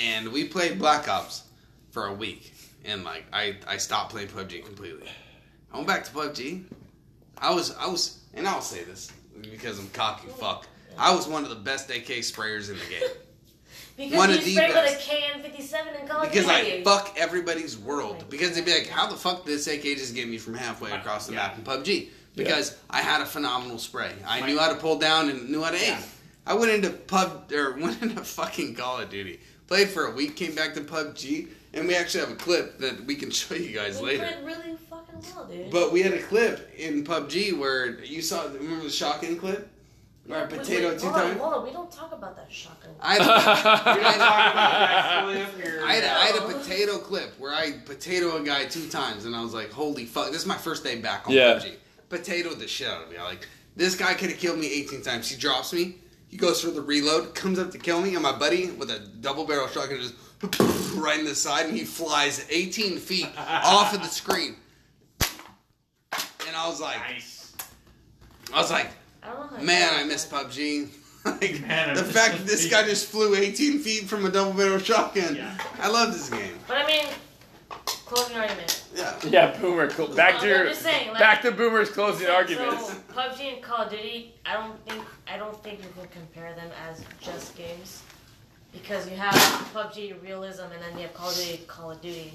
S4: and we played Black Ops for a week, and like I I stopped playing PUBG completely. I went back to PUBG. I was I was and I'll say this because I'm cocky fuck. I was one of the best AK sprayers in the game
S3: because
S4: one
S3: you
S4: of the
S3: spray with a
S4: best.
S3: KN57 in Call of
S4: because I
S3: Duty.
S4: fuck everybody's world because they'd be like, how the fuck did this AK just get me from halfway across the
S2: Yeah.
S4: map in PUBG? Because I had a phenomenal spray. I knew how to pull down and knew how to aim.
S2: Yeah.
S4: I went into pub or went into fucking Call of Duty. Played for a week, came back to PUBG, and we actually have a clip that we can show you guys
S3: you
S4: later.
S3: played really fucking well, dude.
S4: But we had a clip in PUBG where you saw remember the shotgun clip? Or a
S3: Wait, wait,
S4: potato two
S3: hold on,
S4: time?
S3: hold on. We don't talk about that shotgun.
S4: I had-
S2: You're not talking about that clip here.
S4: I had, I had a
S3: No.
S4: potato clip where I potato a guy two times, and I was like, "Holy fuck!" This is my first day back on
S1: Yeah.
S4: PUBG. Potatoed the shit out of me. I like this guy could have killed me 18 times. He drops me. He goes for the reload, comes up to kill me, and my buddy with a double barrel shotgun just right in the side, and he flies 18 feet off of the screen. And I was like,
S2: Nice.
S4: I was like,
S3: I don't know how you
S4: man,
S3: feel
S4: I miss
S3: about
S4: PUBG. like,
S2: Man, I
S4: the
S2: miss
S4: fact that this
S2: PUBG.
S4: guy just flew 18 feet from a double barrel shotgun.
S2: Yeah.
S4: I love this game.
S3: that. But I mean, closing argument.
S4: Yeah.
S1: Yeah, Boomer. Cl- back to
S3: No, I'm
S1: your,
S3: just saying, like-
S1: back to Boomer's closing
S3: So,
S1: arguments.
S3: PUBG and Call of Duty, I don't think I don't think you can compare them as just games because you have PUBG realism and then you have Call of Duty Call of Duty.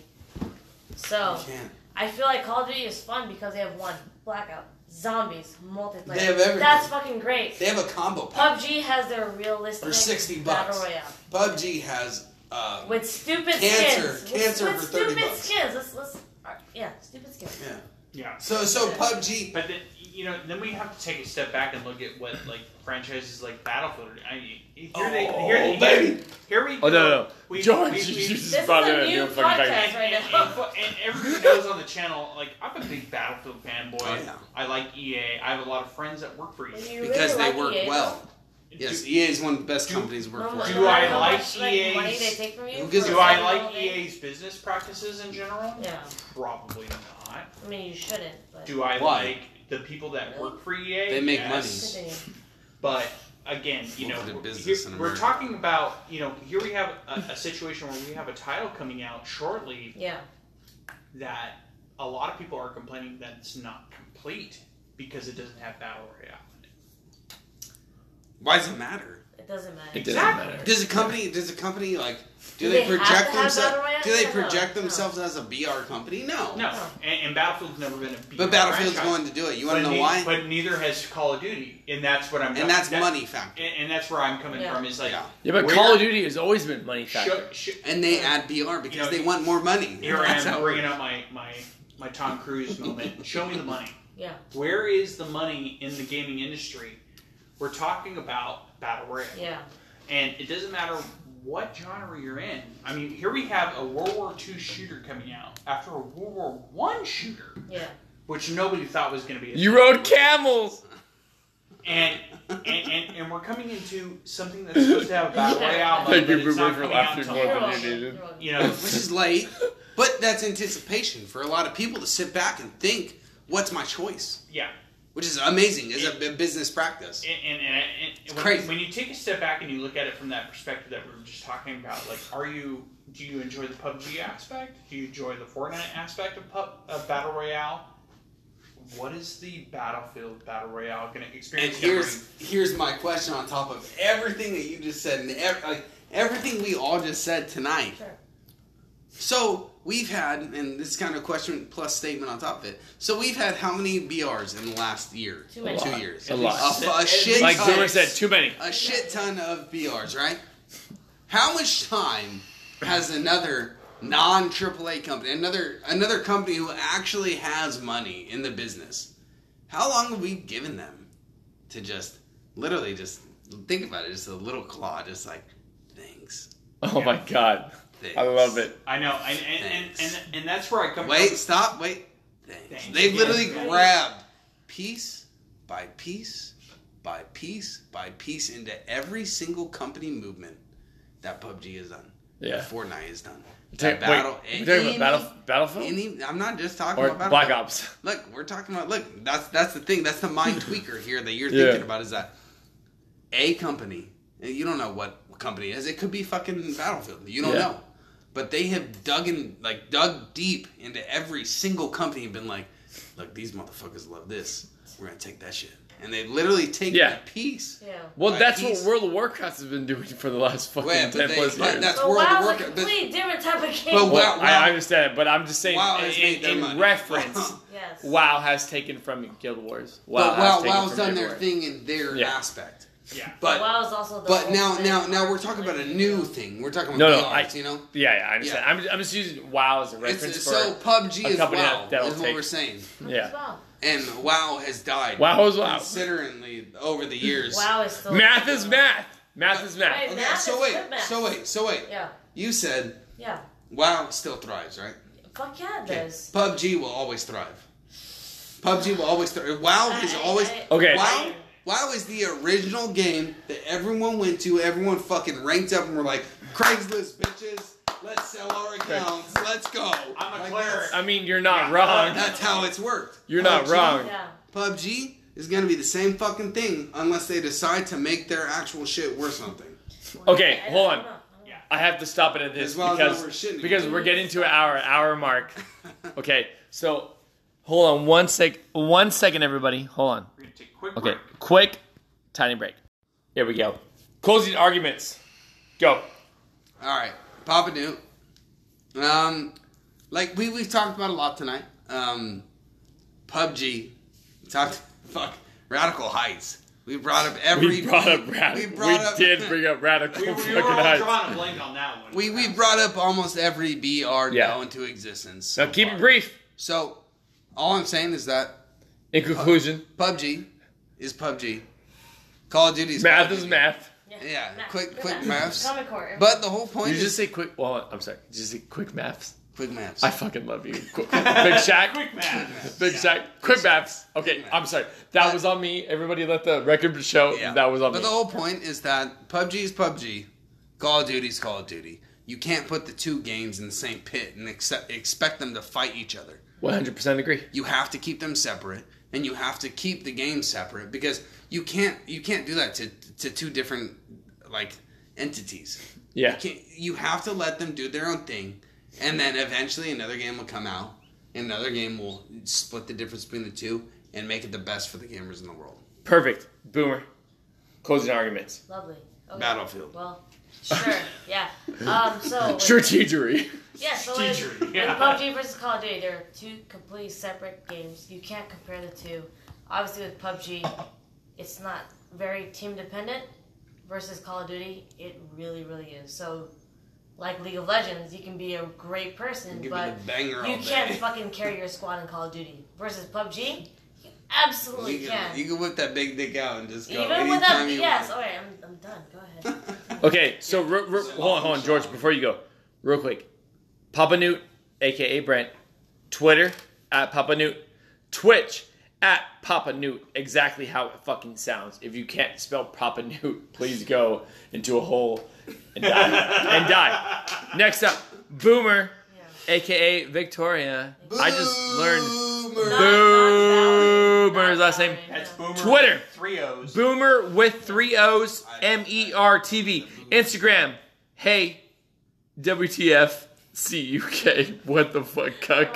S3: So
S4: can't.
S3: I feel like Call of Duty is fun because they have one blackout, zombies, multiplayer.
S4: They have everything.
S3: That's fucking great.
S4: They have a combo pack.
S3: PUBG has their realistic
S4: For 60 bucks.
S3: battle royale
S4: PUBG has. Uh,
S3: with stupid
S4: Cancer.
S3: skins.
S4: Cancer
S3: with,
S4: for
S3: with
S4: 30
S3: stupid
S4: bucks.
S3: skins. Let's let's uh, yeah, stupid skins.
S4: yeah.
S2: Yeah.
S4: So so PUBG.
S2: But then you know, then we have to take a step back and look at what like franchises like Battlefield. I mean, here they,
S4: Oh,
S2: here, here,
S4: baby.
S2: here we.
S1: Oh, no, no, no.
S2: We,
S1: George,
S2: we,
S1: you
S2: we-
S1: just
S3: This is
S1: brought
S3: a
S1: in a
S3: new
S1: new fucking
S3: podcast.
S1: thing.
S2: and, and, and, and everybody knows on the channel, like I'm a big Battlefield fanboy.
S4: Oh, yeah.
S2: I like EA. I have a lot of friends that work for E EA.
S3: When you
S4: Because
S3: really eh? like
S4: they
S3: E Oh
S4: work
S3: EA,
S4: well. Yes, EA is one of the best companies to work
S3: Do
S4: for.
S2: Do I
S3: how
S2: like
S3: much,
S1: E
S2: EA's?
S3: money they take from you?
S4: Who gives
S2: Do,
S3: for
S2: do
S4: a fuck?
S2: I
S3: selling all
S2: like
S3: the-
S2: EA's business practices in general?
S3: Yeah.
S2: Probably not.
S3: I mean, you shouldn't. But
S2: Do I
S4: Why?
S2: like the people that work for EA?
S4: They make
S2: Yes.
S4: money.
S3: Continue.
S2: But again, you know,
S4: Lucrative
S2: we're-
S4: business
S2: here-
S4: in
S2: we're
S4: America.
S2: talking about you know here we have a, a situation where we have a title coming out shortly
S3: Yeah.
S2: that a lot of people are complaining that it's not complete because it doesn't have battle royale. in it.
S4: Why does it matter?
S3: It doesn't matter.
S1: It doesn't
S2: Exactly.
S1: matter.
S4: Does a company? Does a company like? Do,
S3: Do
S4: they,
S3: they have to
S4: project
S3: have
S4: themselves?
S3: Battle Royale?
S4: Do they
S3: No,
S4: project
S3: no.
S4: themselves as a BR company? No.
S2: No, and, and Battlefield's never been a. beat
S4: But Battlefield's
S2: franchise.
S4: going to do it. You want
S2: but
S4: to know
S2: ne-
S4: why?
S2: But neither has Call of Duty, and that's what I'm.
S4: And that's money factor.
S2: And, and that's where I'm coming
S3: Yeah.
S2: from. Is like
S4: Yeah.
S1: Yeah, but
S2: where-
S1: Call of Duty has always been money factor.
S2: Show, sh-
S4: And they add BR because
S2: You know,
S4: they want more money.
S2: here I
S4: That's
S2: am
S4: how-
S2: bringing up my my my Tom Cruise moment. Show me the money.
S3: Yeah.
S2: Where is the money in the gaming industry? We're talking about battle royale,
S3: Yeah.
S2: and it doesn't matter what genre you're in. I mean, here we have a World War II shooter coming out after a World War One shooter,
S3: Yeah.
S2: which nobody thought was going to be. a
S1: You
S2: thing.
S1: rode camels.
S2: and, and, and and we're coming into something that's supposed to have a battle royale. mode,
S3: Thank
S2: but
S1: you,
S2: it's
S1: Boomer,
S2: not
S1: for
S2: coming out
S1: laughing
S2: until
S1: more
S3: You're
S1: than
S2: March.
S1: you
S3: welcome.
S1: needed.
S3: You're welcome.
S2: You know,
S4: Which is late, but that's anticipation for a lot of people to sit back and think, "What's my choice?"
S2: yeah.
S4: Which is amazing. Is a b- business practice.
S2: And, and, and, and when,
S4: crazy.
S2: when you take a step back and you look at it from that perspective that we were just talking about, like, are you do you enjoy the PUBG aspect? Do you enjoy the Fortnite aspect of, pub, of battle royale? What is the Battlefield battle royale going to
S4: And
S2: experience? gonna
S4: here's here's my question on top of everything that you just said and ev- like everything we all just said tonight.
S3: Sure.
S4: So we've had, and this is kind of a question plus statement on top of it. So we've had how many BRs in the last year?
S3: Too many.
S4: Two
S3: A lot.
S4: years.
S1: A
S2: bring?
S1: lot.
S2: At least
S4: A- a
S2: at
S4: shit
S2: least
S1: Like
S4: Six.
S1: Boomer said, too many.
S4: A shit ton of BRs, right? How much time has another non AAA company, another another company who actually has money in the business, how long have we given them to just literally just think about it, just a little claw, just like thanks,
S1: Oh my god,
S4: thanks.
S1: I love it.
S2: I know, and and, and, and, and that's where I come.
S4: Wait,
S2: from.
S4: stop, wait. Thanks.
S2: Thanks.
S4: They
S2: Yeah.
S4: literally
S2: Yeah.
S4: grabbed piece by piece by piece by piece into every single company movement that PUBG has done.
S1: Yeah.
S4: That Fortnite has done.
S1: Ta-
S4: That battle.
S1: wait, we're talking
S4: any-
S1: about battle, Battlefield
S4: any- I'm not just talking
S1: or
S4: about battle.
S1: Black Ops.
S4: Look, we're talking about look, that's that's the thing, that's the mind tweaker here that you're
S1: Yeah.
S4: thinking about is that a company and you don't know what company it is, it could be fucking Battlefield. You don't
S1: Yeah.
S4: know. But they have dug in like dug deep into every single company and been like, look, these motherfuckers love this. We're gonna take that shit. And they literally take
S1: Yeah.
S4: that piece.
S3: Yeah.
S1: Well,
S4: by
S1: that's
S4: piece.
S1: what World of Warcraft has been doing for the last fucking
S4: Wait, but
S1: ten
S4: they-
S1: plus
S4: but
S1: years.
S4: that's-
S3: But
S4: World of
S3: WoW's
S4: Warcraft,
S3: a
S4: but-
S3: completely different type of game.
S4: But
S1: well,
S4: WoW-
S1: I
S4: WoW-
S1: understand, but I'm just saying,
S4: WoW has
S1: in,
S4: made their
S1: in
S4: money.
S1: reference,
S3: yes.
S1: WoW has taken from Guild Wars. WoW
S4: But
S1: has
S4: wow,
S1: taken
S4: WoW's
S1: from
S4: done their
S1: everywhere.
S4: thing in their
S1: Yeah.
S4: aspect.
S2: Yeah.
S4: But
S3: WoW's also the
S4: but
S3: whole
S4: now
S3: thing.
S4: now now we're talking about a new thing. We're talking about
S1: No, no,
S4: VRs,
S1: I-
S4: you know?
S1: Yeah, yeah, I understand.
S4: Yeah.
S1: I'm, I'm just using WoW as a reference
S4: It's,
S1: for
S4: so PUBG
S1: a
S4: is
S1: company
S4: WoW.
S1: that- that'll
S4: is what
S1: take-
S4: we're saying,
S1: yeah.
S3: Wow.
S4: and WoW has died.
S1: WoW is WoW.
S4: Considerably over the years.
S3: WoW is still
S1: Math is math. Math is math.
S3: Right.
S4: Okay,
S3: Math
S4: so
S3: is
S4: wait,
S3: good math.
S4: so wait, so wait.
S3: Yeah.
S4: You said
S3: Yeah.
S4: WoW still thrives, right?
S3: Fuck yeah, it
S4: Okay.
S3: does.
S4: PUBG will always thrive. PUBG will always thrive. WoW is
S3: I- I-
S4: always
S3: I-
S1: Okay.
S4: WoW. WoW is the original game that everyone went to. Everyone fucking ranked up and were like, Craigslist bitches. Let's sell our accounts. Let's go.
S2: I'm a
S4: Like,
S2: cleric.
S4: that's-
S1: I mean, you're not
S2: Yeah.
S1: wrong.
S4: That's how it's worked.
S1: You're not
S4: PUBG
S1: wrong.
S3: Yeah.
S4: PUBG is going to be the same fucking thing unless they decide to make their actual shit worth something.
S1: Okay,
S3: I- I
S1: hold
S3: don't
S1: on.
S3: know. I don't
S2: Yeah.
S1: I have to stop it at this
S4: As well as
S1: because
S4: we're shitting.
S1: because we're getting to our hour mark. Okay, so hold on one sec, one second, everybody. Hold on.
S2: We're gonna take a quick
S1: Okay,
S2: break.
S1: quick, tiny break. Here we go. Closing arguments. Go.
S4: All right, Papa Newt. Um, like we we've talked about a lot tonight. Um, PUBG. We Talked fuck radical heights. We brought up every.
S1: We brought up radical. We, did bring up radical
S2: We, we
S1: fucking
S2: were all
S1: eyes.
S2: drawing a blank on that one.
S4: We, we brought up almost every BR
S1: Yeah.
S4: now into existence.
S1: Now
S4: So,
S1: keep
S4: far.
S1: it brief.
S4: So, all I'm saying is that
S1: In conclusion,
S4: PUBG is PUBG. Call of Duty is
S1: math
S4: Call of
S1: is
S4: Duty.
S1: math.
S3: know.
S4: Yeah,
S3: Math.
S4: quick-
S3: Good
S4: quick
S3: math.
S4: maths.
S3: Common Core.
S4: But the whole point
S1: Did you
S4: is
S1: just say quick? Well, I'm sorry. Did you say quick maths?
S4: quick maps.
S1: I fucking love you. Qu- Big Shaq.
S2: quick math.
S1: Big Shaq. Quick maths. Okay, I'm sorry. That was on me. Everybody let the record show.
S4: Yeah.
S1: That was on
S4: But
S1: me.
S4: the whole point is that PUBG is PUBG, Call of Duty is Call of Duty. You can't put the two games in the same pit and accept, expect them to fight each other.
S1: 100% agree.
S4: You have to keep them separate, and you have to keep the game separate because you can't you can't do that to to two different like entities.
S1: Yeah.
S4: You can't. You have to let them do their own thing, and then eventually another game will come out. and Another game will split the difference between the two and make it the best for the gamers in the world.
S1: Perfect. Boomer. Closing arguments.
S3: Lovely. Okay.
S4: Battlefield.
S3: Well, sure, yeah. Um, so like,
S1: Strategery.
S3: yeah, so like,
S2: Strategery,
S3: like
S2: yeah.
S3: PUBG versus Call of Duty, they're two completely separate games. You can't compare the two. Obviously, with PUBG, it's not very team dependent. Versus Call of Duty, it really, really is. So, like League of Legends, you can be a great person,
S4: Give
S3: but
S4: me the banger
S3: you
S4: all
S3: can't
S4: day.
S3: fucking carry your squad in Call of Duty. Versus PUBG, you absolutely
S4: you,
S3: can.
S4: can, you can whip that big dick out and just go.
S3: Even with
S4: anytime
S3: that,
S4: you
S3: yes. All right, I'm, I'm done. Go ahead.
S4: want.
S1: Okay, so re- re-
S4: So-
S1: hold on, hold on, George. Before you go, real quick, Papa Newt, aka Brent, Twitter at Papa Newt, Twitch at Papa Newt. Exactly how it fucking sounds. If you can't spell Papa Newt, please go into a hole and die. and die. Next up, Boomer,
S3: Yeah.
S1: aka Victoria. I just learned
S3: oh.
S4: Boomer.
S3: Not- not Valerie.
S1: Boomer's
S3: Not
S1: last name.
S3: Valerie,
S2: That's
S3: no.
S2: Boomer.
S1: Twitter.
S2: with Three O's.
S1: Boomer with three O's, M E R T V. Instagram, hey, WTF, C U K, what the fuck, cuck.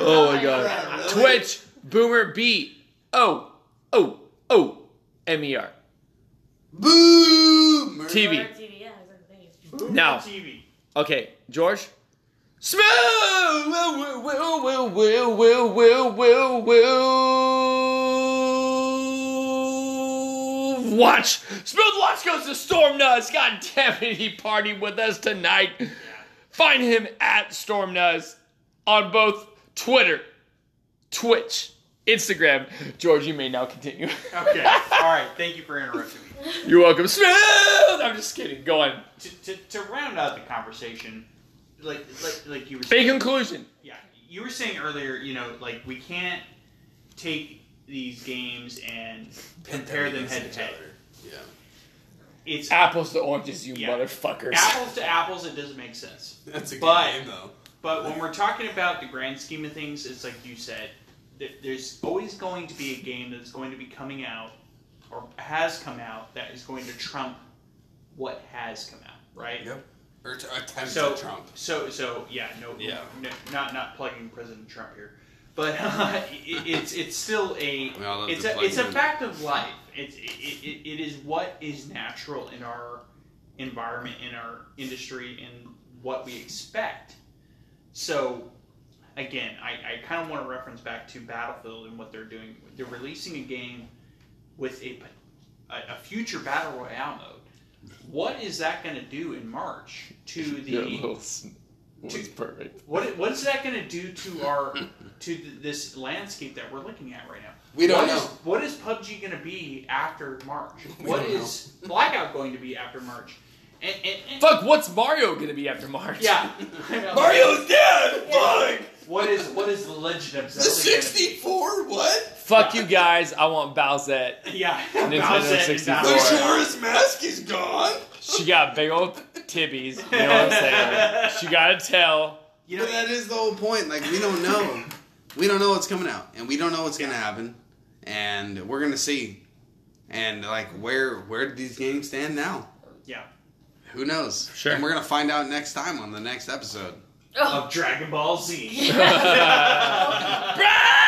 S1: Oh my god. Twitch, Boomer B O O O M E R.
S4: Boomer.
S1: TV.
S3: TV, yeah, exactly. Thank you.
S2: Boomer
S1: Now.
S2: TV.
S1: Okay, George. Smooth! Will, will, will, will, will, will, will, will. Watch! Smooth Watch goes to Storm Nuss! God damn it, he partied with us tonight. Find him at Storm Nuss on both Twitter, Twitch, Instagram. George, you may now continue.
S2: Okay. All right. Thank you for interrupting me.
S1: You're welcome. Smooth! I'm just kidding. Go on.
S2: To, to, to round out the conversation, like like like you were
S1: In
S2: saying,
S1: conclusion,
S2: yeah, you were saying earlier, you know, like we can't take these games and compare them head to head.
S4: Yeah.
S2: It's
S1: apples to oranges, you
S2: Yeah.
S1: motherfuckers.
S2: apples to apples. It doesn't make sense.
S4: That's a good
S2: But-
S4: game, though.
S2: But when we're talking about the grand scheme of things, it's like you said, th- there's always going to be a game that's going to be coming out or has come out that is going to trump what has come out, right?
S4: Yep. Or t- attempts
S2: So
S4: at Trump.
S2: So so yeah, no,
S4: Yeah.
S2: no not not plugging President Trump here. But uh, it, it's it's still a
S4: We all love
S2: it's
S4: to
S2: a
S4: plug
S2: it's a
S4: in.
S2: fact of life. It's it, it, it is what is natural in our environment, in our industry, and what we expect. So again, I, I kind of want to reference back to Battlefield and what they're doing. They're releasing a game with a p- a, a future battle royale mode. What is that going to do in March to the
S1: Your little sn- was perfect.
S2: what what is that going to do to our to th- this landscape that we're looking at right now?
S4: We don't
S2: What is-
S4: know.
S2: what is PUBG going to be after March?
S4: We
S2: What
S4: don't know.
S2: is Blackout going to be after March? And, and, and-
S1: Fuck, what's Mario gonna be after March?
S2: yeah, I know.
S4: Mario's dead! Fuck!
S2: What is what is the Legend of
S4: The
S2: Zelda? gonna be?
S4: 64? What?
S1: Fuck you guys, I want Bowsette.
S2: Yeah,
S1: Nintendo
S2: Bowser and
S1: 64.
S4: The
S2: Bowser.
S4: Majora's Mask is gone?
S1: She got big old tibbies, you know what I'm saying? She got a tail.
S2: You
S4: But
S2: know,
S4: that is the whole point. Like we don't know, we don't know what's coming out, and we don't know what's gonna happen, and we're gonna see, and like where where do these games stand now?
S2: yeah,
S4: Who knows?
S1: Sure.
S4: And we're gonna find out next time on the next episode.
S3: Oh.
S2: of Dragon Ball Z.
S1: Ah,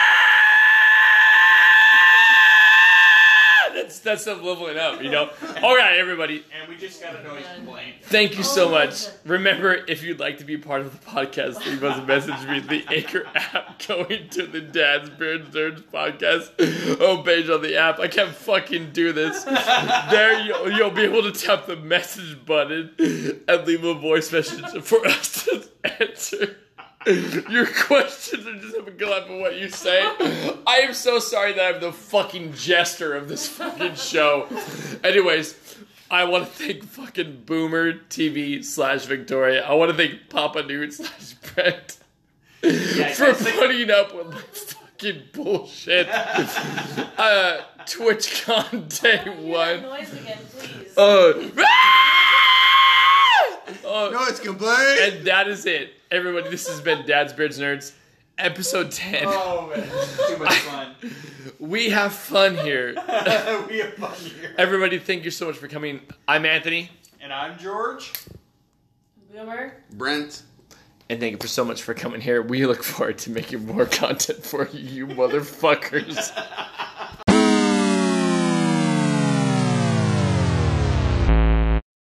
S1: That's that's them leveling up, you know? Alright, everybody.
S2: And we just got a noise complaint.
S1: Thank you so much. Remember, if you'd like to be part of the podcast, leave us a message via the Anchor app. Going to the Dad's Beard Surge podcast homepage on the app. I can't fucking do this. There, you'll, you'll be able to tap the message button and leave a voice message for us to answer your questions and just have a clip of what you say. I am so sorry that I'm the fucking jester of this fucking show. Anyways, I want to thank fucking Boomer TV slash Victoria. I want to thank Papa Newt slash Brent for
S2: guys, thank-
S1: putting up with my fucking bullshit. uh, TwitchCon day one.
S3: Oh, Noise again, please.
S1: Uh, uh,
S4: No, it's complete.
S1: and that is it. Everybody, this has been Dad's Beards Nerds, episode 10.
S2: Oh man, this is too much fun.
S1: We have fun here.
S2: we have fun here.
S1: Everybody, thank you so much for coming. I'm Anthony,
S2: And I'm George.
S3: Boomer.
S4: Brent.
S1: and thank you for so much for coming here. We look forward to making more content for you, you motherfuckers.